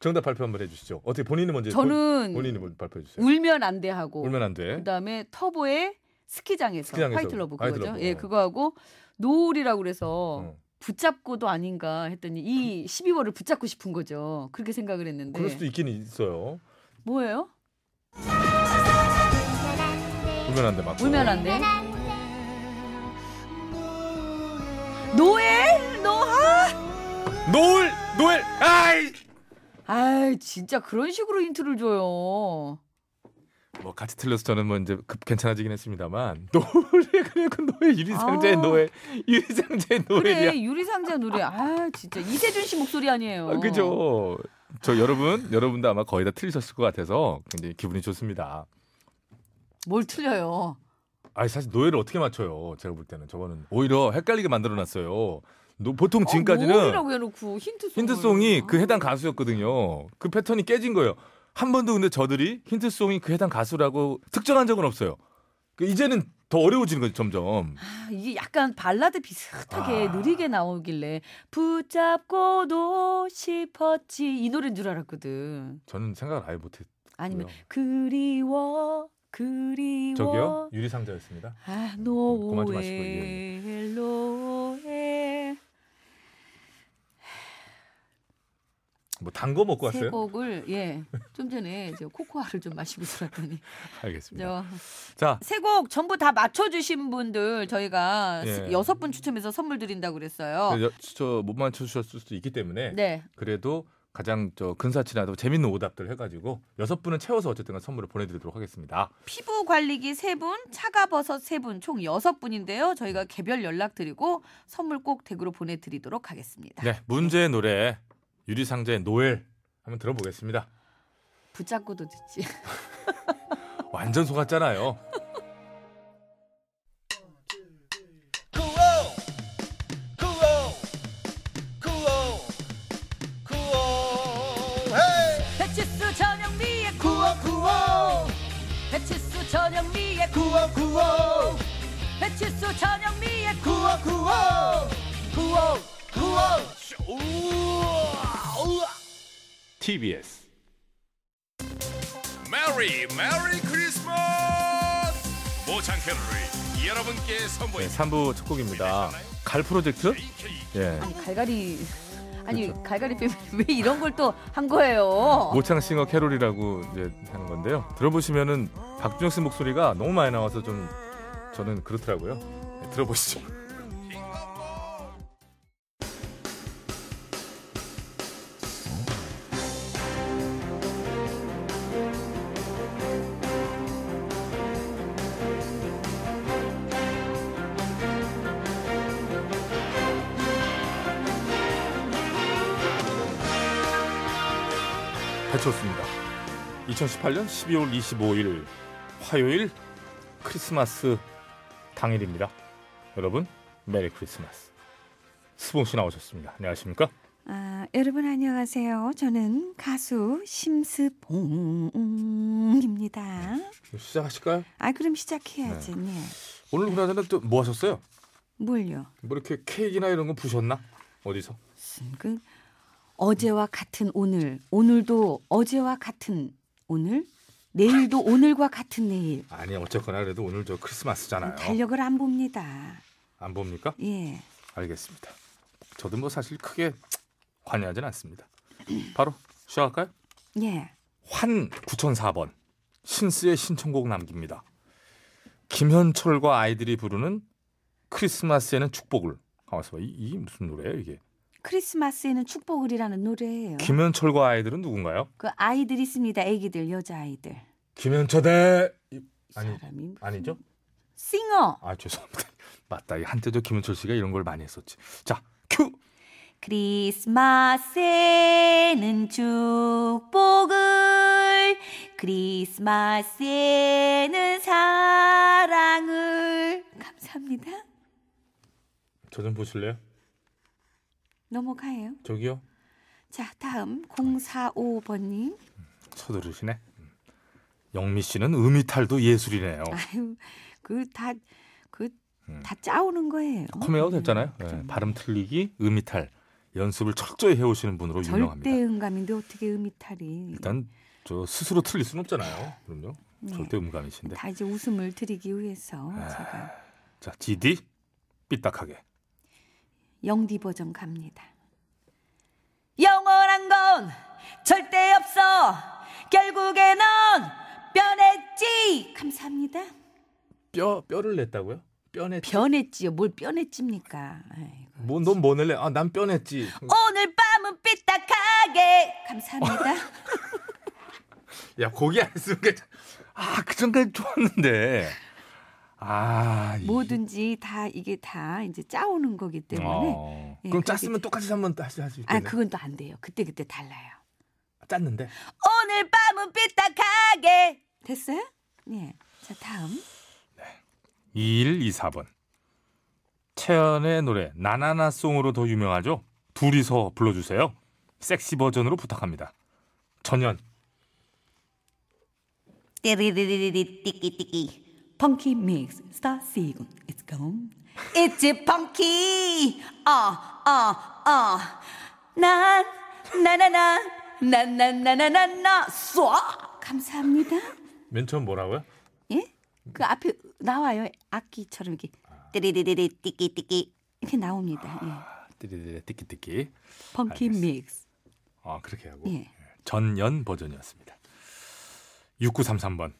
S1: 정답 발표 한번 해주시죠. 어떻게 본인이 먼저
S2: 저는
S1: 본인이 먼저 발표해 주세요.
S2: 울면 네. 안 돼 하고
S1: 울면 안 돼.
S2: 그다음에 터보의 스키장에서,
S1: 스키장에서
S2: 화이트 러브
S1: 화이트
S2: 그거죠.
S1: 러브,
S2: 예,
S1: 어.
S2: 그거 하고 노을이라고 그래서
S1: 어.
S2: 붙잡고도 아닌가 했더니 이 12월을 붙잡고 싶은 거죠. 그렇게 생각을 했는데
S1: 그럴 수도 있긴 있어요.
S2: 뭐예요?
S1: 울면 안 돼. 맞고.
S2: 울면 안 돼. 노엘 노하.
S1: 노을 노을 아이
S2: 아, 진짜 그런 식으로 힌트를 줘요.
S1: 뭐 같이 틀려서 저는 뭐 이제 급 괜찮아지긴 했습니다만 노래 그리고 노래 유리상자의
S2: 아.
S1: 노래 유리상자의 노래야.
S2: 그래 유리상자 노래. 아, 진짜 이세준 씨 목소리 아니에요.
S1: 아, 그죠. 저 여러분 여러분도 아마 거의 다 틀리셨을 것 같아서 굉장히 기분이 좋습니다.
S2: 뭘 틀려요?
S1: 아니 사실 노예를 어떻게 맞춰요? 제가 볼 때는 저거는 오히려 헷갈리게 만들어놨어요. 노- 보통 지금까지는
S2: 뭐라고 해놓고 힌트송.
S1: 힌트송이 그 해당 가수였거든요. 그 패턴이 깨진 거예요. 한 번도 근데 저들이 힌트송이 그 해당 가수라고 특정한 적은 없어요. 그 이제는 더 어려워지는 거죠 점점.
S2: 아, 이게 약간 발라드 비슷하게
S1: 아.
S2: 느리게 나오길래 붙잡고도 싶었지 이 노래인 줄 알았거든.
S1: 저는 생각을 아예 못했.
S2: 아니면
S1: 뭐요?
S2: 그리워 그리워
S1: 저기요 유리상자였습니다.
S2: 아
S1: 그만 좀 하시고, 예,
S2: 노엘 노엘
S1: 뭐 단 거 먹고
S2: 세
S1: 왔어요?
S2: 곡을 예 좀 전에 저 코코아를 좀 마시고 들었더니
S1: 알겠습니다.
S2: 저
S1: 자
S2: 세 곡 전부 다 맞춰주신 분들 저희가
S1: 예.
S2: 여섯 분 추첨해서 선물 드린다고 그랬어요.
S1: 저못 맞춰주셨을 수도 있기 때문에
S2: 네.
S1: 그래도 가장 저 근사치라도 재밌는 오답들 해가지고 여섯 분은 채워서 어쨌든 간 선물을 보내드리도록 하겠습니다.
S2: 피부 관리기 세분 차가버섯 세분총 여섯 분인데요 저희가 개별 연락드리고 선물 꼭 댁으로 보내드리도록 하겠습니다.
S1: 네 문제의 노래 유리상자의 노엘 한번 들어보겠습니다.
S2: 붙잡고도 듣지.
S1: 완전 속았잖아요.
S6: 95 95 95 헤이
S2: 배치수 전영미의
S6: 95
S2: 배치수 전영미의
S6: 95
S2: 배치수 전영미의
S6: 95 95 95 우와 우와
S1: TBS
S7: 메리 메리 크리스마스 모창캐롤을 여러분께
S1: 네,
S7: 선보입니다
S1: 3부 첫 곡입니다. 갈 프로젝트 예
S2: 아니 갈갈이 아니
S1: 그렇죠.
S2: 갈갈이 패밀리 왜 이런 걸 또 한 거예요?
S1: 모창 싱어 캐롤이라고 이제 하는 건데요. 들어보시면은 박준혁 씨 목소리가 너무 많이 나와서 좀 저는 그렇더라고요. 네, 들어보시죠. 배쳤습니다. 2018년 12월 25일 화요일 크리스마스 당일입니다. 여러분 메리 크리스마스. 스봉 씨 나오셨습니다. 안녕하십니까?
S4: 아, 여러분 안녕하세요. 저는 가수 심스봉입니다.
S1: 시작하실까요?
S4: 아 그럼 시작해야지. 네.
S1: 오늘 그나저나 또 뭐 하셨어요?
S4: 뭘요?
S1: 뭐 이렇게 케이크나 이런 거 부셨나? 어디서?
S4: 그 어제와 같은 오늘, 오늘도 어제와 같은 오늘, 내일도 오늘과 같은 내일.
S1: 아니 어쨌거나 그래도 오늘 저 크리스마스잖아요.
S4: 달력을 안 봅니다.
S1: 안 봅니까?
S4: 예.
S1: 알겠습니다. 저도 뭐 사실 크게 관여하진 않습니다. 바로 시작할까요?
S4: 예.
S1: 환 9004번 신스의 신청곡 남깁니다. 김현철과 아이들이 부르는 크리스마스에는 축복을. 가만있어 봐. 이, 이 무슨 노래예요 이게?
S4: 크리스마스에는 축복을이라는 노래예요.
S1: 김현철과 아이들은 누군가요?
S4: 그 아이들 있습니다. 아기들, 여자 아이들.
S1: 김현철대 이- 아니
S4: 사람이 무슨
S1: 아니죠?
S4: 싱어.
S1: 아 죄송합니다. 맞다. 이 한때도 김현철 씨가 이런 걸 많이 했었지. 자 큐.
S4: 크리스마스에는 축복을 크리스마스에는 사랑을 감사합니다.
S1: 저 좀 보실래요?
S2: 넘어가요.
S1: 저기요.
S2: 자, 다음 045번님.
S1: 서두르시네. 음. 영미 씨는 음이탈도 예술이네요.
S2: 아유, 그 다 그
S1: 음.
S2: 다 짜오는 거예요.
S1: 컴웨어 됐잖아요. 예,
S2: 그럼요.
S1: 발음 틀리기, 음이탈 연습을 철저히 해오시는 분으로 유명합니다.
S2: 절대 음감인데 어떻게 음이탈이
S1: 일단 저 스스로 틀릴 수는 없잖아요. 그럼요.
S2: 네.
S1: 절대 음감이신데. 아.
S2: 다 이제 웃음을 드리기 위해서 제가
S1: 자 GD 삐딱하게.
S2: 네. 영디 버전 갑니다.
S4: 영원한 건 절대 없어. 결국에 넌 변했지.
S2: 감사합니다.
S1: 뼈 뼈를 냈다고요? 뼈냈.
S2: 변했지요. 뭘 변했집니까? 아이고,
S1: 뭐넌뭐 낼래? 아난 뼈냈지.
S4: 오늘 밤은 삐딱하게.
S2: 감사합니다.
S1: 야 고기 안 쓰니까 아그 전까지 좋았는데. 아 이-
S2: 뭐든지 다 이게 다 이제 짜오는 거기 때문에
S1: 어.
S2: 예,
S1: 그럼
S2: 그렇게
S1: 짰으면 똑같이 한번 다시 할수
S2: 아 그-
S1: 있겠네.
S2: 그건 또 안 돼요. 그때 그때 달라요.
S1: 짰는데.
S4: 오늘 밤은 삐딱하게.
S2: 됐어요? 네. 자 다음
S1: 2124번. 채연의 노래 나나나송으로 더 유명하죠? 둘이서 불러주세요. 섹시 버전으로 부탁합니다. 전연.
S8: 띠리리리리 띠끼띠끼
S2: 펑키 믹스 스타 시군 It's gone.
S8: It's funky
S2: Ah,
S8: 어어어난 나나나 나나나나나나 쏴
S2: 감사합니다.
S1: 맨 처음 뭐라고요?
S2: 예? 그 앞에 나와요. 악기처럼 이렇게
S8: 띠리리리리 띠끼띠끼
S2: 이렇게 나옵니다.
S1: 띠리리리 띠끼띠끼.
S2: 예. 펑키 믹스.
S1: 아 그렇게 하고.
S2: 예.
S1: 전연 버전이었습니다. 6933번.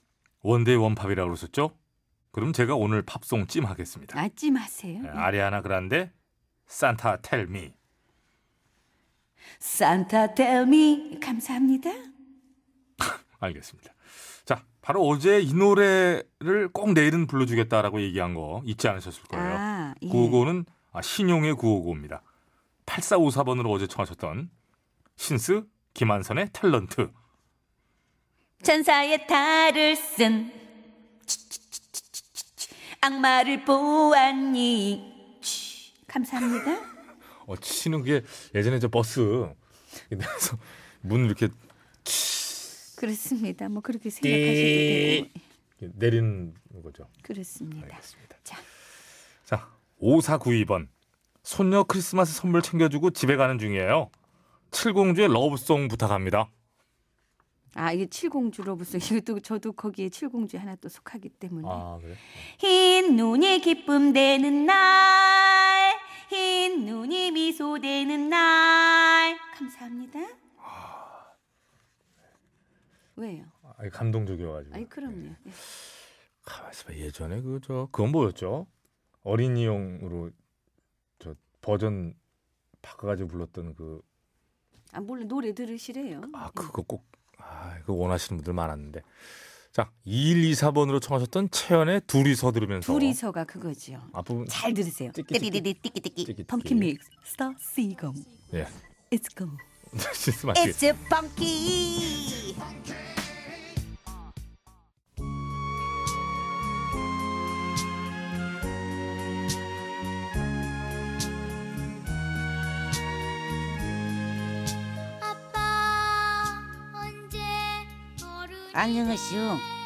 S1: 원데이 원팝이라고 그러셨죠? 그럼 제가 오늘 팝송 찜하겠습니다.
S2: 아지 마세요.
S1: 예, 아리아나 그란데 산타 텔미.
S2: 산타 텔미 감사합니다.
S1: 알겠습니다. 자, 바로 어제 이 노래를 꼭 내일은 불러주겠다라고 얘기한 거 잊지 않으셨을 거예요.
S2: 아, 예.
S1: 955는 신용의 955입니다. 8454번으로 어제 청하셨던 신스 김한선의 탤런트.
S4: 천사의 탈을 쓴 악마를 보았니
S2: 감사합니다.
S1: 어, 치는 게 예전에 저 버스 그래서 문 이렇게
S2: 그렇습니다. 뭐 그렇게 생각하셔도 되고
S1: 내리는 거죠.
S2: 그렇습니다.
S1: 네. 알겠습니다.
S2: 자.
S1: 자, 5492번. 손녀 크리스마스 선물 챙겨주고 집에 가는 중이에요. 칠공주의 러브송 부탁합니다.
S2: 아 이게 칠공주로 무슨 이것도 저도 거기에 칠공주 하나 또 속하기 때문에
S1: 아, 그래?
S4: 흰 눈이 기쁨 되는 날흰 눈이 미소 되는 날
S2: 감사합니다. 왜요?
S1: 아, 감동적이어가지고.
S2: 아이 그럼요. 예.
S1: 가만있어 봐. 예전에 그 저 그건 뭐였죠? 어린이용으로 저 버전 바꿔가지고 불렀던 그 아
S2: 아 몰라 노래 들으시래요.
S8: 아, 어.
S1: 그거 꼭아 이거 원하시는 분들 많았는데 자 2124번으로 청하셨던 채연의 둘이서 들으면서
S2: 둘이서가 그거지요.
S1: 앞부분
S2: 잘 들으세요.
S8: 띠리리리 띠끼띠끼
S1: 찍기
S2: 펑키 믹스 스타 시검
S1: 예
S2: It's go.
S1: 실수 맞지?
S8: It's funky
S3: 아빠 언제 어른이
S8: 안녕하시오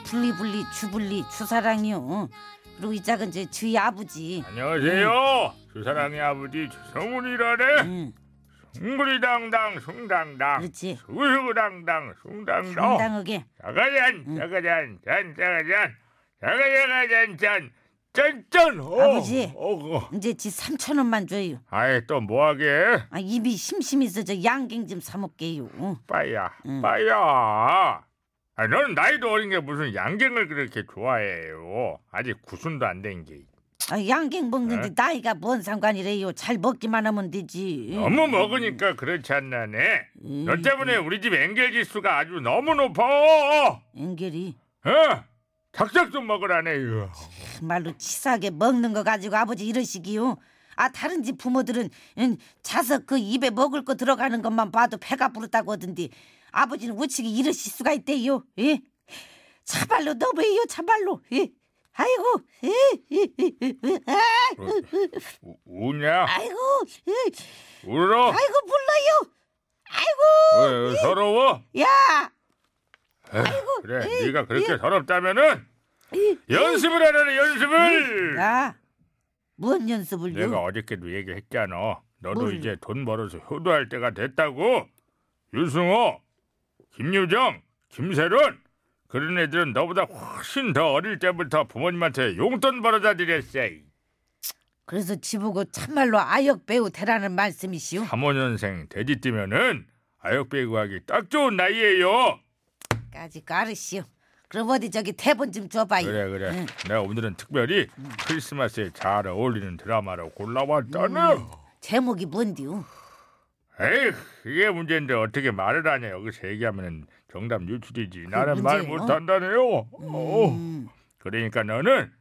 S8: 블리블리 주블리 주사랑이요 그리고 이 작은 제 저희 아버지
S9: 안녕하세요. 주사랑의 아버지 주성훈이라네.
S2: 음.
S8: 응
S9: 숭구리당당 숭당당.
S8: 그렇지
S9: 우후당당 숭당당.
S8: 당당하게
S9: 자가잔 자가잔 잔 자가잔 자가잔 잔 짠짠. 어,
S8: 아버지.
S9: 어, 어.
S8: 이제 지 3천 원만 줘요
S9: 아이 또 뭐하게?
S8: 아 입이 심심해서 저 양갱 좀 사 먹게요
S9: 빠야
S8: 응.
S9: 빠야. 아, 넌 나이도 어린 게 무슨 양갱을 그렇게 좋아해요. 아직 구순도 안 된 게.
S8: 아 양갱 먹는데 나이가 뭔 상관이래요 잘 먹기만 하면 되지
S2: 음.
S9: 너무 먹으니까 그렇지 않나네. 너 때문에 우리 집 앵겔 지수가 아주 너무 높아.
S8: 앵겔이
S9: 어? 작작 좀 먹으라네. 이거.
S2: 말로 치사하게 먹는 거 가지고 아버지 이러시기요. 아 다른 집 부모들은 응, 자석 그 입에 먹을 거 들어가는 것만 봐도 배가 부르다고 하던데 아버지는 우치기 이러실 수가 있대요. 예? 차발로 너무해요 차발로. 예? 아이고. 예? 예? 예? 예? 예?
S9: 우- 우냐?
S2: 아이고. 예?
S9: 울어?
S2: 아이고 불러요.
S9: 왜, 왜 서러워?
S2: 어, 야.
S9: 아이고, 그래,
S2: 예,
S9: 네가 그렇게 서럽다면은 연습을 하라네 연습을.
S2: 나. 뭔 연습을요?
S9: 내가 어저께도 얘기했잖아. 너도
S2: 뭘?
S9: 이제 돈 벌어서 효도할 때가 됐다고. 유승호, 김유정, 김세론 그런 애들은 너보다 훨씬 더 어릴 때부터 부모님한테 용돈 벌어다 드렸어.
S2: 그래서 지보고 참말로 아역 배우 되라는 말씀이시오.
S9: 3호년생 돼지 뛰면은 아역배구 하기 딱 좋은 나이에요.
S2: 까지 까르시오. 그럼 어디 저기 대본 좀 줘봐요.
S9: 그래 그래. 내가 오늘은 특별히 크리스마스에 잘 어울리는 드라마로 골라왔다네.
S2: 음. 제목이 뭔디요?
S9: 에이, 그게 문제인데 어떻게 말을 하냐. 여기서 얘기하면 정답 유출이지. 나는 말
S2: 문제예요?
S9: 못한다네요. 어.
S2: 음,
S9: 그러니까 너는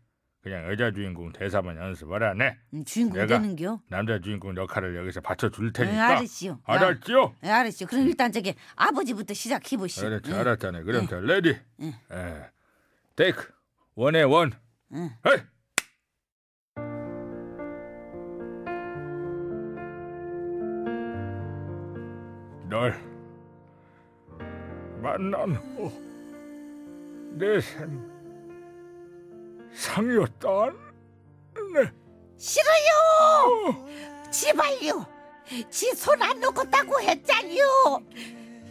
S9: 그냥 여자 주인공 대사만 연습하라네.
S2: 음, 주인공
S9: 내가
S2: 되는겨?
S9: 남자 주인공 역할을 여기서 받쳐줄
S2: 응,
S9: 테니까.
S2: 알았시오.
S9: 알았죠?
S2: 예, 알았시오. 그럼 일단 저기 아버지부터 시작해보시오. 예.
S9: 그렇지,
S2: 응.
S9: 알았다네. 그럼 자, 레디. 예. 에, 테이크 원에 원.
S2: 응.
S9: 헤이! 널 만난 후내삶 상이었다. 네.
S2: 싫어요! 지발요! 지 손 안 놓겠다고 했잖요!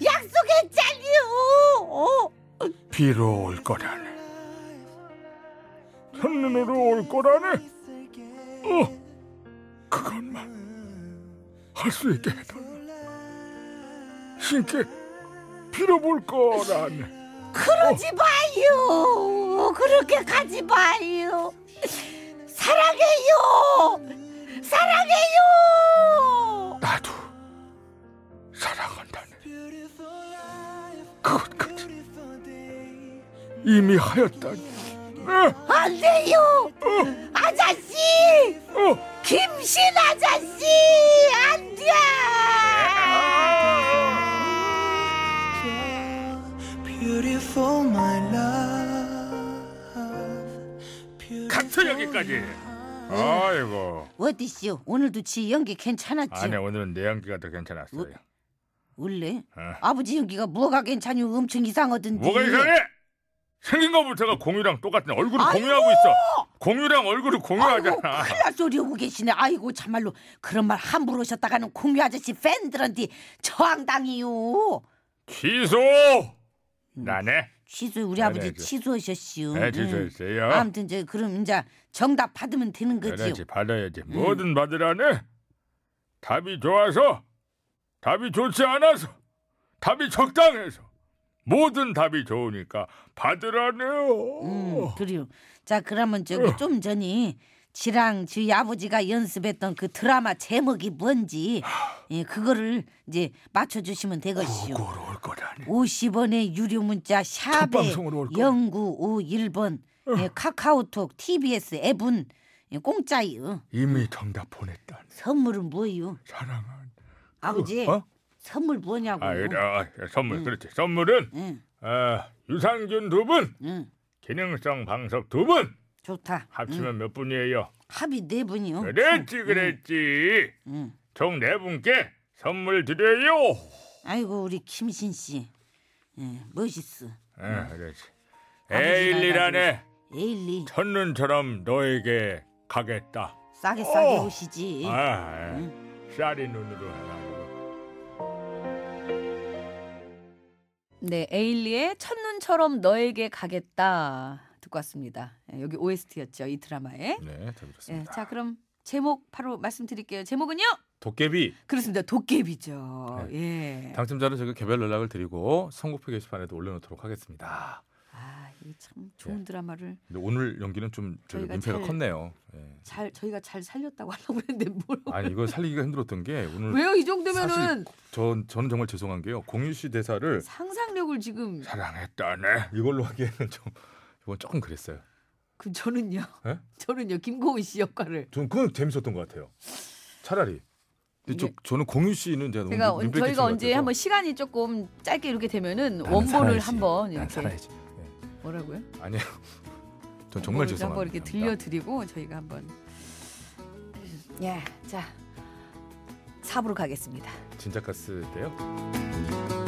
S2: 약속했잖요! 어?
S9: 비로 올 거라네. 첫눈으로 올 거라네. 어, 그것만 할 수 있게 해달라. 신께 빌어볼 거라네.
S2: 그러지 마요! 그렇게 가지 마요! 사랑해요! 사랑해요!
S9: 나도 사랑한다네. 그것까지 이미 하였다니. 어,
S2: 안 돼요! 아저씨!
S9: 어. 네.
S2: 김신 아저씨! 안 돼!
S5: Beautiful my love.
S9: 각서 여기까지. 아이고.
S2: 어디시오? 오늘도 지 연기 괜찮았지요?
S9: 아니 오늘은 내 연기가 더 괜찮았어요.
S2: 원래?
S9: 어.
S2: 아버지 연기가 뭐가 괜찮요? 엄청 이상하던데.
S9: 뭐가 이상해? 생긴 거부터가 공유랑 똑같은 얼굴을
S2: 아이고!
S9: 공유하고 있어. 공유랑 얼굴을
S2: 아이고,
S9: 공유하잖아.
S2: 큰일 날 소리 오고 계시네. 아이고, 참말로 그런 말 함부로 오셨다가는 공유 아저씨 팬들한테 저항당이요.
S9: 취소. 나네.
S2: 취소 우리
S9: 그래,
S2: 아버지
S9: 저-
S2: 취소하셨시오.
S9: 네,
S2: 응.
S9: 취소했어요.
S2: 아무튼 이제 그럼 이제 정답 받으면 되는
S9: 네,
S2: 거지요.
S9: 그렇지 받아야지.
S2: 음.
S9: 뭐든 받으라네. 답이 좋아서, 답이 좋지 않아서, 답이 적당해서, 모든 답이 좋으니까 받으라네요.
S2: 음,
S9: 어.
S2: 그래요. 자, 그러면 저기 좀 전에 지랑 저희 아버지가 연습했던 그 드라마 제목이 뭔지 예, 그거를 이제 맞춰주시면 되겠시오.
S9: 고로 올 거라니.
S2: 50원의 유료 문자 샵에
S9: 방송으로 올 거야. 어.
S2: 0951번 예, 카카오톡 TBS 앱은 예, 공짜요.
S9: 이미 정답 보냈다니.
S2: 선물은 뭐요?
S9: 사랑한.
S2: 아버지
S9: 어?
S2: 선물 예, 뭐냐고.
S9: 아, 이래, 아, 선물
S2: 음.
S9: 그렇지. 선물은
S2: 응,
S9: 아, 유산균 두 분,
S2: 응,
S9: 기능성 방석 두 분.
S2: 좋다. 응.
S9: 합치면 몇 분이에요?
S2: 합이 네 분이요.
S9: 그랬지, 그랬지.
S2: 응.
S9: 총 네 분께 선물 드려요.
S2: 아이고 우리 김신 씨, 예, 멋있어.
S9: 아, 그렇지.
S2: 음. 아버지가
S9: 에일리라네
S2: 에일리
S9: 첫눈처럼 너에게 가겠다.
S2: 싸게 싸게
S9: 어.
S2: 오시지.
S9: 아, 아, 쌀이 눈으로 해가지고.
S6: 네, 에일리의 첫눈처럼 너에게 가겠다 듣고 왔습니다. 예, 여기 OST였죠 이 드라마의.
S1: 네, 잘
S6: 예,
S1: 들었습니다.
S6: 자 그럼 제목 바로 말씀드릴게요. 제목은요?
S1: 도깨비
S6: 그렇습니다. 도깨비죠.
S4: 네.
S6: 예.
S1: 당첨자는 저희가 개별 연락을 드리고 선곡표 게시판에도 올려놓도록 하겠습니다.
S6: 아, 이 참
S4: 네.
S6: 좋은 드라마를
S1: 근데 오늘 연기는 좀 저희
S6: 저희가
S1: 민폐가
S6: 잘-
S1: 컸네요. 예.
S6: 잘 저희가 잘 살렸다고 하려고 했는데 뭘?
S1: 아니 이걸 살리기가 힘들었던 게
S4: 음.
S1: 오늘
S6: 왜요? 이 정도면은
S1: 전 저는 정말 죄송한 게요. 공유 씨 대사를
S6: 상상력을 지금
S9: 사랑했다네.
S1: 이걸로 하기에는 좀
S4: 이번 조금 그랬어요.
S1: 그 저는요.
S4: 예?
S1: 저는요. 김고은 씨 역할을
S4: 저는 그건 재밌었던 것 같아요. 차라리. 근데 저,
S1: 네.
S4: 저는 공유 씨는 제가 너무
S1: 제가
S4: 눈- 눈빛이
S1: 저희가
S4: 것
S1: 언제
S4: 같아서
S1: 한번 시간이 조금 짧게 이렇게 되면은
S4: 나는
S1: 원본을
S4: 살아야지.
S1: 한번
S4: 난
S1: 이렇게
S4: 살아야지.
S1: 뭐라고요?
S4: 아니에요. 전 정말
S1: 원본을
S4: 죄송합니다.
S1: 한번 이렇게 들려드리고 저희가 한번 예, 자 4부로 가겠습니다.
S4: 진짜 갔을 때요.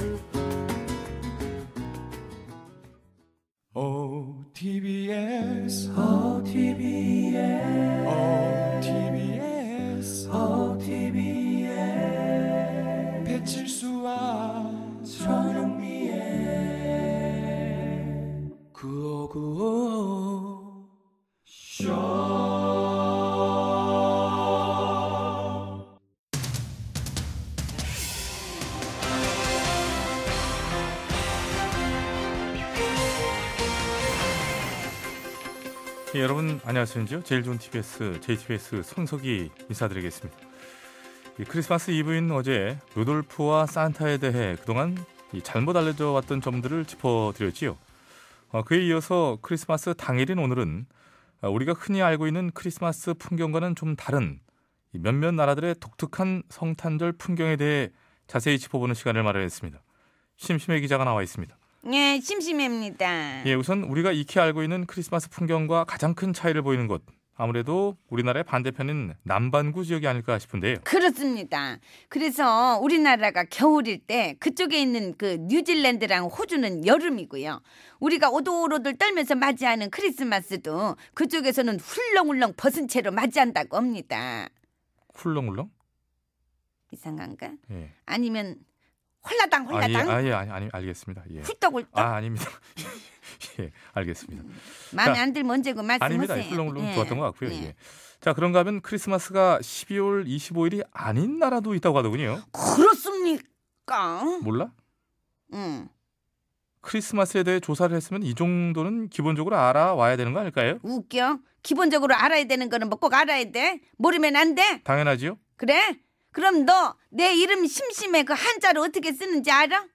S5: OTBS, OTBS, OTBS, OTBS. 배칠수와 저녁미에 구호구호 쇼.
S4: 예, 여러분 안녕하십니까? 제일 좋은 TBS, JTBS 손석희 인사드리겠습니다. 이 크리스마스 이브인 어제 루돌프와 산타에 대해 그동안 이 잘못 알려져 왔던 점들을 짚어드렸지요. 어, 그에 이어서 크리스마스 당일인 오늘은 아, 우리가 흔히 알고 있는 크리스마스 풍경과는 좀 다른 이 몇몇 나라들의 독특한 성탄절 풍경에 대해 자세히 짚어보는 시간을 마련했습니다. 심심해 기자가 나와 있습니다.
S2: 예, 심심합니다.
S4: 예, 우선 우리가 익히 알고 있는 크리스마스 풍경과 가장 큰 차이를 보이는 곳 아무래도 우리나라의 반대편인 남반구 지역이 아닐까 싶은데요.
S2: 그렇습니다. 그래서 우리나라가 겨울일 때 그쪽에 있는 그 뉴질랜드랑 호주는 여름이고요. 우리가 오돌오돌 떨면서 맞이하는 크리스마스도 그쪽에서는 훌렁훌렁 벗은 채로 맞이한다고 합니다.
S4: 훌렁훌렁?
S2: 이상한가?
S4: 예.
S2: 아니면 홀라당
S4: 아, 예,
S2: 홀라당
S4: 아, 예, 아니, 아니, 알겠습니다. 예.
S2: 훌떡훌떡
S4: 아, 아닙니다. 예, 알겠습니다.
S2: 마음에
S4: 자,
S2: 안 들면 언제고 말씀하세요.
S4: 그러니까 아닙니다. 훌렁훌렁
S2: 예.
S4: 좋았던 것 같고요.
S2: 예.
S4: 예. 자, 그런가 하면 크리스마스가 12월 25일이 아닌 나라도 있다고 하더군요.
S2: 그렇습니까?
S4: 몰라?
S2: 응.
S4: 크리스마스에 대해 조사를 했으면 이 정도는 기본적으로 알아와야 되는 거 아닐까요?
S2: 웃겨. 기본적으로 알아야 되는 거는 뭐 꼭 알아야 돼. 모르면 안 돼.
S4: 당연하지요.
S2: 그래? 그럼 너 내 이름 심심해 그 한자를 어떻게 쓰는지 알아?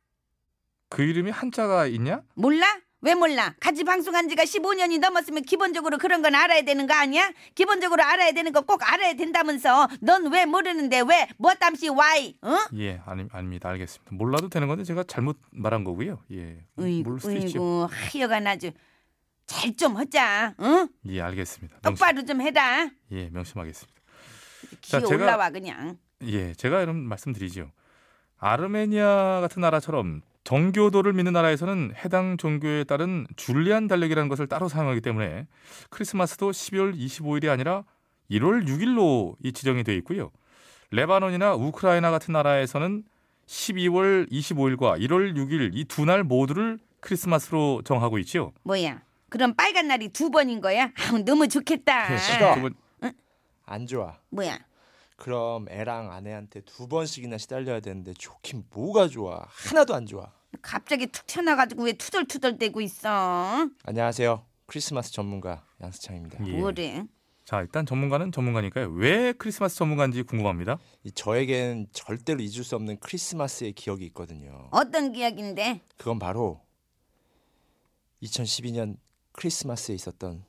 S4: 그 이름이 한자가 있냐?
S2: 몰라? 왜 몰라? 같이 방송한 지가 15년이 넘었으면 기본적으로 그런 건 알아야 되는 거 아니야? 기본적으로 알아야 되는 거 꼭 알아야 된다면서 넌 왜 모르는데 왜? 뭐땀시 와이? 어? 응?
S4: 예, 아니, 아닙니다. 알겠습니다. 몰라도 되는 건데 제가 잘못 말한 거고요. 예,
S2: 으이구,
S4: 모를 수도 있죠.
S2: 으이구 하여간 아주 잘 좀 하자 응?
S4: 예, 알겠습니다. 명심,
S2: 똑바로 좀 해라
S4: 예, 명심하겠습니다. 자,
S2: 기어
S4: 제가-
S2: 올라와 그냥
S4: 예, 제가 이런 말씀드리죠. 아르메니아 같은 나라처럼 정교도를 믿는 나라에서는 해당 종교에 따른 줄리안 달력이라는 것을 따로 사용하기 때문에 크리스마스도 12월 25일이 아니라 1월 6일로 이 지정이 돼 있고요. 레바논이나 우크라이나 같은 나라에서는 12월 25일과 1월 6일 이 두 날 모두를 크리스마스로 정하고 있지요.
S2: 뭐야 그럼 빨간 날이 두 번인 거야? 아우 너무 좋겠다
S5: 싫어.
S4: 두 번-
S5: 안 좋아.
S2: 뭐야
S5: 그럼 애랑 아내한테 두 번씩이나 시달려야 되는데 좋긴 뭐가 좋아? 하나도 안 좋아.
S2: 갑자기 툭 튀어나가지고 왜 투덜투덜대고 있어
S5: 안녕하세요. 크리스마스 전문가 양수창입니다.
S4: 예.
S2: 뭐래
S4: 자, 일단 전문가는 전문가니까요. 왜 크리스마스 전문가인지 궁금합니다.
S5: 이 저에겐 절대로 잊을 수 없는 크리스마스의 기억이 있거든요.
S2: 어떤 기억인데
S5: 그건 바로 2012년 크리스마스에 있었던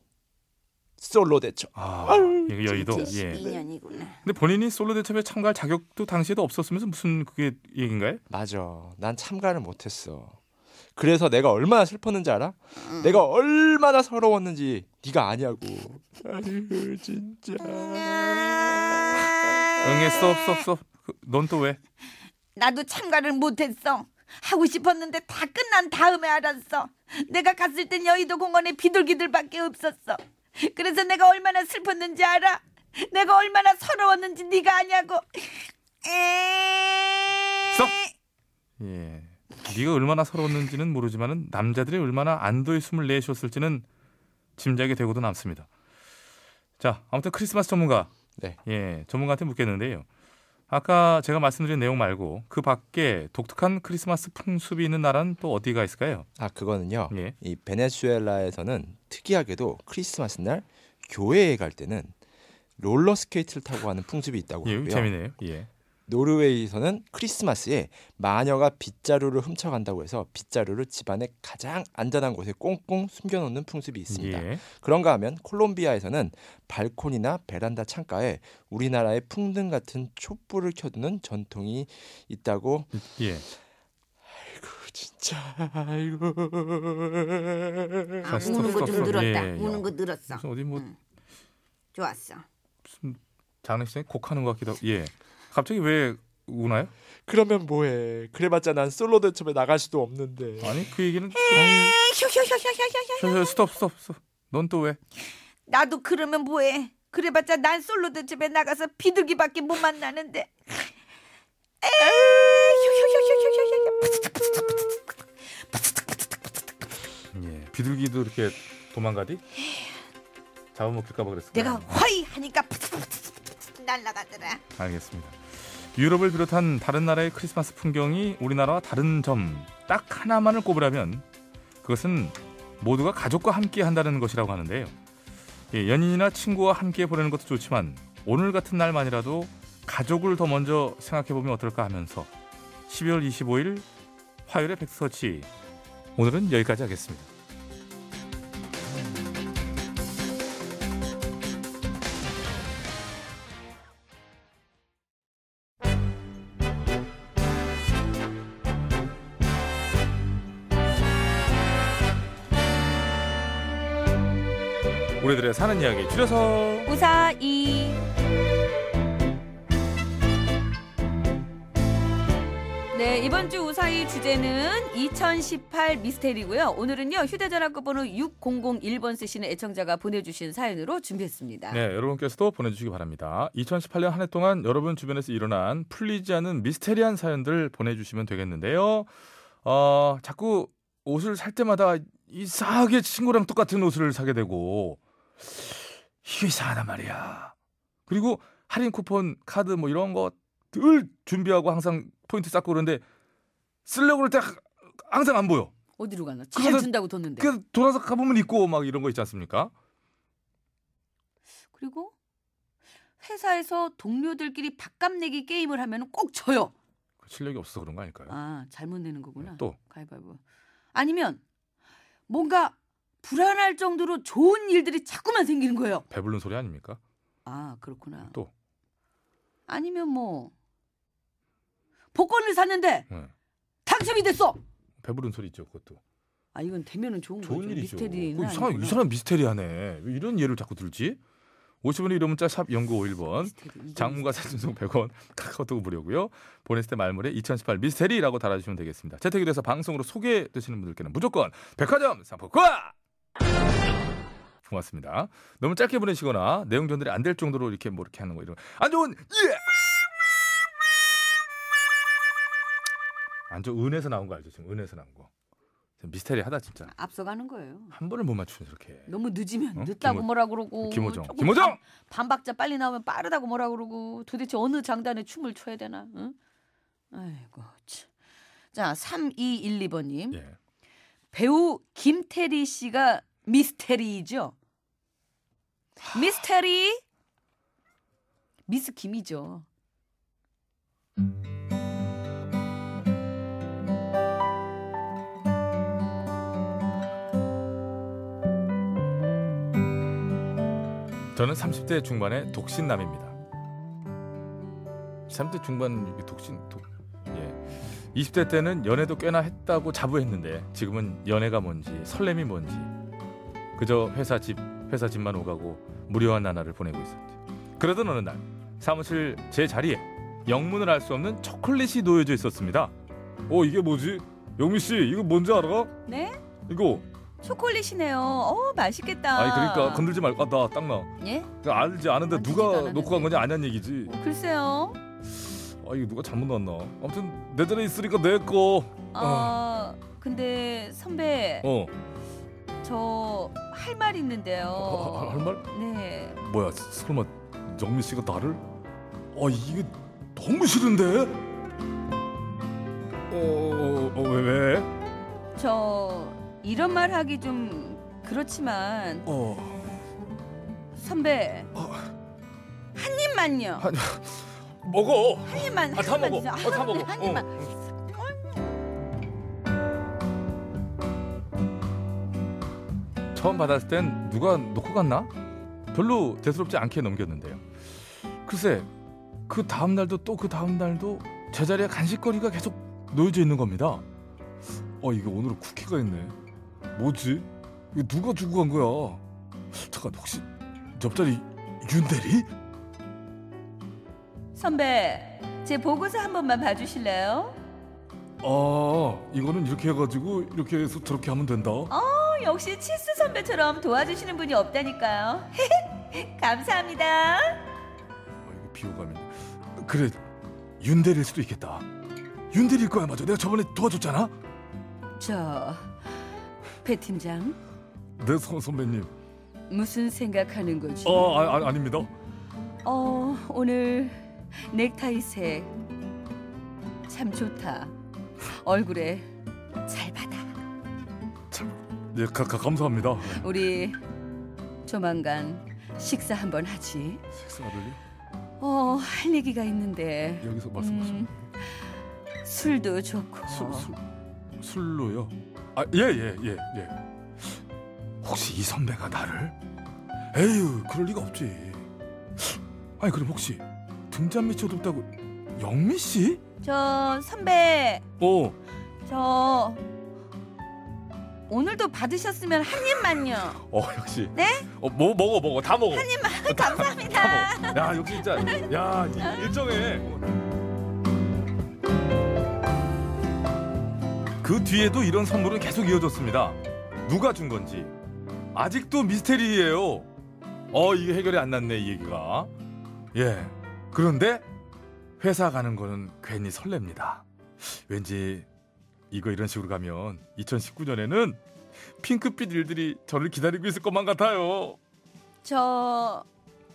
S5: 솔로 대첩.
S4: 아, 예, 여의도.
S1: 네.
S4: 예.
S2: 12년이구나
S4: 근데 본인이 솔로 대첩에 참가할 자격도 당시에도 없었으면서 무슨 그게 얘긴가요?
S5: 맞아. 난 참가를 못했어. 그래서 내가 얼마나 슬펐는지 알아? 내가 얼마나 서러웠는지 네가 아냐고. 아유 진짜.
S4: 응했어 없어 없어. 그, 넌 또 왜?
S2: 나도 참가를 못했어. 하고 싶었는데 다 끝난 다음에 알았어. 내가 갔을 땐 여의도 공원에 비둘기들밖에 없었어. 그래서 내가 얼마나 슬펐는지 알아? 내가 얼마나 서러웠는지 네가 아냐고. 에...
S4: 썩! 예. 네가 얼마나 서러웠는지는 모르지만은 남자들이 얼마나 안도의 숨을 내쉬었을지는 짐작이 되고도 남습니다. 자, 아무튼 크리스마스 전문가.
S5: 네.
S4: 예, 전문가한테 묻겠는데요. 아까 제가 말씀드린 내용 말고 그 밖에 독특한 크리스마스 풍습이 있는 나라는 또 어디가 있을까요?
S5: 아 그거는요.
S4: 예.
S5: 이 베네수엘라에서는 특이하게도 크리스마스 날 교회에 갈 때는 롤러 스케이트를 타고 가는 풍습이 있다고
S4: 예,
S5: 하고요.
S4: 재미네요. 예.
S5: 노르웨이에서는 크리스마스에 마녀가 빗자루를 훔쳐간다고 해서 빗자루를 집안의 가장 안전한 곳에 꽁꽁 숨겨놓는 풍습이 있습니다.
S1: 예.
S5: 그런가 하면 콜롬비아에서는 발코니나 베란다 창가에 우리나라의 풍등 같은 촛불을 켜두는 전통이 있다고
S1: 예.
S5: 진짜 아이고
S3: 아, 우는 거 좀
S1: 예,
S3: 늘었다.
S1: 예.
S3: 우는 거 늘었어.
S1: 무슨 어디 뭐
S3: 음. 좋았어.
S1: 장례식장에 곡하는 것 같기도 하고. 예. 갑자기 왜 우나요?
S5: 그러면 뭐해 그래봤자 난 솔로 대첩에 나갈 수도 없는데
S1: 아니 그 얘기는
S3: 휴휴휴휴휴휴.
S1: 저, 저, 스톱 스톱 스톱. 넌 또 왜?
S3: 나도 그러면 뭐해? 그래봤자 난 솔로 대집에 나가서 비둘기밖에 못 만나는데. 에이, 휴휴휴휴휴휴휴.
S1: 예. 비둘기도 이렇게 도망가디? 잡아먹힐까 봐 그랬을
S3: 예. 내가
S1: 거야.
S3: 화이 하니까 날라가더라.
S1: 알겠습니다. 유럽을 비롯한 다른 나라의 크리스마스 풍경이 우리나라와 다른 점 딱 하나만을 꼽으라면 그것은 모두가 가족과 함께 한다는 것이라고 하는데요. 예, 연인이나 친구와 함께 보내는 것도 좋지만 오늘 같은 날만이라도 가족을 더 먼저 생각해 보면 어떨까 하면서 12월 25일 화요일의 백서치 오늘은 여기까지 하겠습니다. 우리들의 사는 이야기 줄여서
S2: 우사이 네 이번 주 우사이 주제는 2018 미스테리고요. 오늘은요 휴대전화 끝번호 6001번 쓰시는 애청자가 보내주신 사연으로 준비했습니다.
S1: 네, 여러분께서도 보내주시기 바랍니다. 2018년 한 해 동안 여러분 주변에서 일어난 풀리지 않은 미스테리한 사연들 보내주시면 되겠는데요. 어, 자꾸 옷을 살 때마다 이상하게 친구랑 똑같은 옷을 사게 되고 이게 이상하단 말이야. 그리고 할인 쿠폰, 카드 뭐 이런 거 늘 준비하고 항상 포인트 쌓고 그러는데 쓰려고 그럴 때 하- 항상 안 보여.
S2: 어디로 가나? 잘
S1: 그거는-
S2: 준다고 뒀는데.
S1: 그래서 돌아서 가보면 있고 막 이런 거 있지 않습니까?
S2: 그리고 회사에서 동료들끼리 밥값 내기 게임을 하면 꼭 져요.
S1: 실력이 없어서 그런 거 아닐까요?
S2: 아 잘못 내는 거구나.
S1: 또
S2: 가위바위보. 아니면 뭔가 불안할 정도로 좋은 일들이 자꾸만 생기는 거예요.
S1: 배부른 소리 아닙니까?
S2: 아 그렇구나.
S1: 또.
S2: 아니면 뭐 복권을 샀는데
S1: 네.
S2: 당첨이 됐어.
S1: 배부른 소리 있죠 그것도
S2: 아 이건 되면은 좋은,
S1: 좋은
S2: 거죠.
S1: 일이죠
S2: 미스테리는
S1: 그 이상한,
S2: 아니구나.
S1: 이 사람 미스테리하네 왜 이런 예를 자꾸 들지 50원의 유료 문자 샵 0951번
S2: 미스테리, 이게
S1: 장문과 사진 송 100원 카카오톡 무료고요 보냈을 때 말물에 2018 미스테리라고 달아주시면 되겠습니다 채택이 돼서 방송으로 소개되시는 분들께는 무조건 백화점 상품권 고맙습니다 너무 짧게 보내시거나 내용 전달이 안 될 정도로 이렇게 뭐 이렇게 하는 거 이런 거. 안 좋은 예! 안 좋은 은에서 나온 거 알죠 지금 은에서 나온 거 미스테리하다 진짜
S2: 앞서가는 거예요.
S1: 한 번을 못 맞추는 저렇게.
S2: 너무 늦으면
S1: 어?
S2: 늦다고
S1: 김호-
S2: 뭐라 그러고
S1: 김호정.
S2: 조금
S1: 김호정!
S2: 반박자 빨리 나오면 빠르다고 뭐라 그러고 도대체 어느 장단에 춤을 춰야 되나? 응? 아이고 참. 자 3212번님
S1: 예.
S2: 배우 김태리 씨가 미스테리이죠. 미스테리 미스 김이죠.
S1: 저는 30대 중반의 독신남입니다. 30대 중반 이게 독신 독 예. 20대 때는 연애도 꽤나 했다고 자부했는데 지금은 연애가 뭔지 설렘이 뭔지 그저 회사 집 회사 집만 오가고 무료한 나날을 보내고 있었죠. 그러던 어느 날 사무실 제 자리에 영문을 알 수 없는 초콜릿이 놓여져 있었습니다. 어 이게 뭐지? 영미 씨 이거 뭔지 알아?
S2: 네?
S1: 이거
S2: 초콜릿이네요. 어 맛있겠다.
S1: 아니 그러니까 건들지 말고 아나딱 나.
S2: 예?
S1: 알지 않은데
S2: 만지지도
S1: 누가
S2: 않았는데.
S1: 놓고 간 거냐 아냐는 얘기지.
S2: 글쎄요.
S1: 아 이거 누가 잘못 놨나. 아무튼 내 자리에 있으니까 내 거.
S2: 어 근데 선배
S1: 어.
S2: 저 할 말 있는데요.
S1: 아, 할 말?
S2: 네.
S1: 뭐야 설마 영민 씨가 나를? 아 이게 너무 싫은데. 어, 어왜 왜?
S2: 저 이런 말 하기 좀 그렇지만
S1: 어.
S2: 선배 한 입만요.
S1: 한- 먹어.
S10: 한 입만
S1: 아, 다
S10: 한 입만
S1: 먹어.
S10: 주세요.
S1: 어, 다 먹어.
S10: 한
S1: 어.
S10: 입만.
S1: 처음 받았을 땐 누가 놓고 갔나? 별로 대수롭지 않게 넘겼는데요. 글쎄 그 다음 날도 또 그 다음 날도 제자리에 간식거리가 계속 놓여져 있는 겁니다. 어 이게 오늘은 쿠키가 있네. 뭐지? 이거 누가 주고 간 거야? 잠깐 혹시 옆자리 윤대리?
S2: 선배, 제 보고서 한 번만 봐주실래요?
S1: 아 이거는 이렇게 해가지고 이렇게 해서 저렇게 하면 된다.
S2: 어, 역시 치스 선배처럼 도와주시는 분이 없다니까요. 감사합니다.
S1: 어, 이거 비호감이 그래 윤대리일 수도 있겠다 윤대리일 거야 맞아 내가 저번에 도와줬잖아
S4: 저, 배 팀장,
S1: 네 선, 선배님
S4: 무슨 생각하는 거지?
S1: 어 아, 아, 아닙니다
S4: 어, 오늘 넥타이색 참 좋다. 얼굴에 잘 받아.
S1: 네 가, 가, 감사합니다
S4: 우리 조만간 식사 한번 하지.
S1: 식사를
S4: 어, 할 얘기가 있는데.
S1: 여기서
S4: 음,
S1: 말씀하시면
S4: 술도 좋고.
S1: 술, 술, 술로요 아 예 예 예예 혹시 이 선배가 나를 에휴 그럴 리가 없지 아니 그럼 혹시 등잔 밑이 어둡다고 영미 씨?
S2: 저 선배,
S1: 어
S2: 저 오늘도 받으셨으면 한 입만요.
S1: 어 역시 어뭐 먹어 먹어 다 먹어
S2: 네? 감사합니다.
S1: 야 역시 진짜 야 이- 일정해 그 뒤에도 이런 선물은 계속 이어졌습니다 누가 준 건지 아직도 미스테리예요 어 이게 해결이 안 났네 이 얘기가 예 그런데 회사 가는 거는 괜히 설렙니다 왠지 이거 이런 식으로 가면 2019년에는 핑크빛 일들이 저를 기다리고 있을 것만 같아요
S2: 저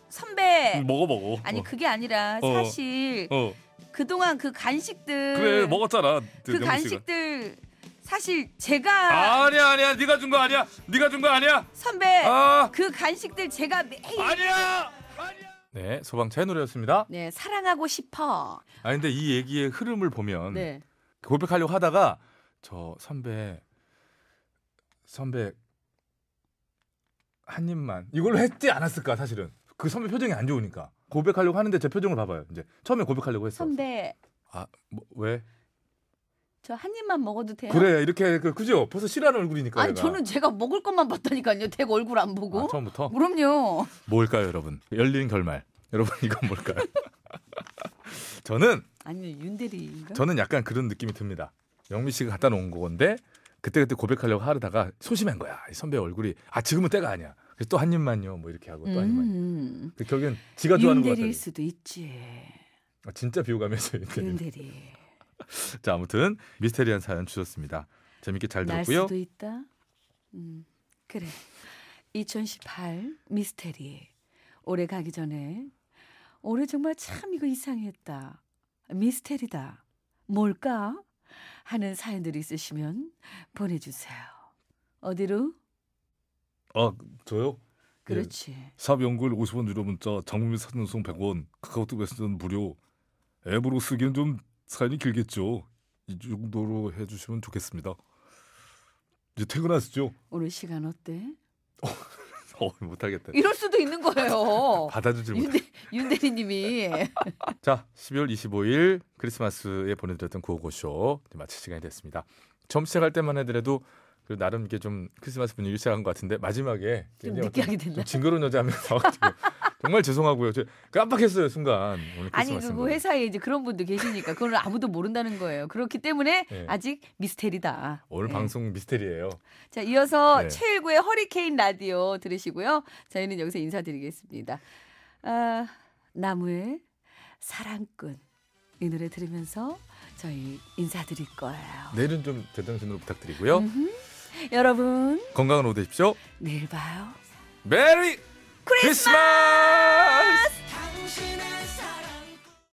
S2: 선배.
S1: 먹어 먹어
S2: 네. 아니 그게 아니라
S1: 어.
S2: 사실
S1: 어.
S2: 그동안 그 간식들
S1: 그래 먹었잖아.
S2: 그
S1: 명훈 씨가.
S2: 간식들 사실 제가
S1: 아니야 아니야 네가 준 거 아니야 네가 준 거 아니야
S2: 선배
S1: 아
S2: 그 간식들 제가 매일
S1: 아니야 아니야 네 소방차의 노래였습니다
S2: 네 사랑하고 싶어
S1: 아 근데 이 얘기의 흐름을 보면
S2: 네
S1: 고백하려고 하다가 저 선배 선배 한 입만 이걸로 했지 않았을까 사실은 그 선배 표정이 안 좋으니까 고백하려고 하는데 제 표정을 봐봐요 이제 처음에 고백하려고 했어
S2: 선배
S1: 아뭐왜
S2: 저 한 입만 먹어도 돼요?
S1: 그래 이렇게 그 그죠 벌써 싫어하는 얼굴이니까
S2: 아니
S1: 얘가.
S2: 저는 제가 먹을 것만 봤다니까요 대가 얼굴 안 보고
S1: 아, 처음부터
S2: 그럼요
S1: 뭘까요, 여러분? 열린 결말. 여러분 이건 뭘까요? 저는
S2: 아니 윤대리인가?
S1: 저는 약간 그런 느낌이 듭니다. 영미 씨가 갖다 놓은 건데 그때 그때 고백하려고 하다가 소심한 거야. 이 선배 얼굴이 아 지금은 때가 아니야. 그래서 또 한 입만요. 뭐 이렇게 하고 또 한 입만.
S2: 음,
S1: 그 결국엔 지가 좋아하는 거 같아.
S2: 윤대리일 수도 있지
S1: 아, 진짜 비호감이었어요. 이때는.
S2: 윤대리
S1: 자 아무튼 미스테리한 사연 주셨습니다. 재밌게 잘
S2: 날
S1: 들었고요.
S2: 수도 있다 음 그래 2018 미스테리 올해 가기 전에 올해 정말 참 이거 이상했다 미스테리다 뭘까 하는 사연들이 있으시면 보내주세요 어디로
S1: 아 저요?
S2: 그렇지
S1: 샵 연구일 50원 유료 문자 장문비 사진송 100원 카카오톡 메신저는 무료 앱으로 쓰기엔 좀 사연이 길겠죠 이 정도로 해주시면 좋겠습니다 이제 퇴근하시죠
S2: 오늘 시간
S1: 네.
S2: 어때
S1: 어 못하겠다
S2: 이럴 수도 있는 거예요
S1: 받아주질 네. 못해
S2: 윤대 윤대리님이
S1: 자 12월 25일 크리스마스에 보내드렸던 구호고쇼 이제 마칠 시간이 됐습니다 처음 시작할 때만 해더라도 그 나름 이게 좀 크리스마스 분위기 시작한 것 같은데 마지막에
S2: 좀
S1: 굉장히
S2: 늦게
S1: 어떤
S2: 하게 됐나
S1: 좀 징그러운 여자 하면 나와가지고 정말 죄송하고요 저 깜빡했어요 순간 오늘
S2: 아니
S1: 크리스마스인
S2: 그
S1: 거를.
S2: 회사에 이제 그런 분도 계시니까 그걸 아무도 모른다는 거예요. 그렇기 때문에
S1: 네.
S2: 아직 미스테리다.
S1: 오늘
S2: 네.
S1: 방송 미스테리예요.
S2: 자 이어서
S1: 네.
S2: 최일구의 허리케인 라디오 들으시고요. 저희는 여기서 인사드리겠습니다. 아, 나무의 사랑꾼 이 노래 들으면서 저희 인사드릴 거예요.
S1: 내일은 좀 제정신으로 부탁드리고요.
S2: 여러분
S1: 건강한 오후 되십시오.
S2: 내일 봐요.
S1: 메리 크리스마스!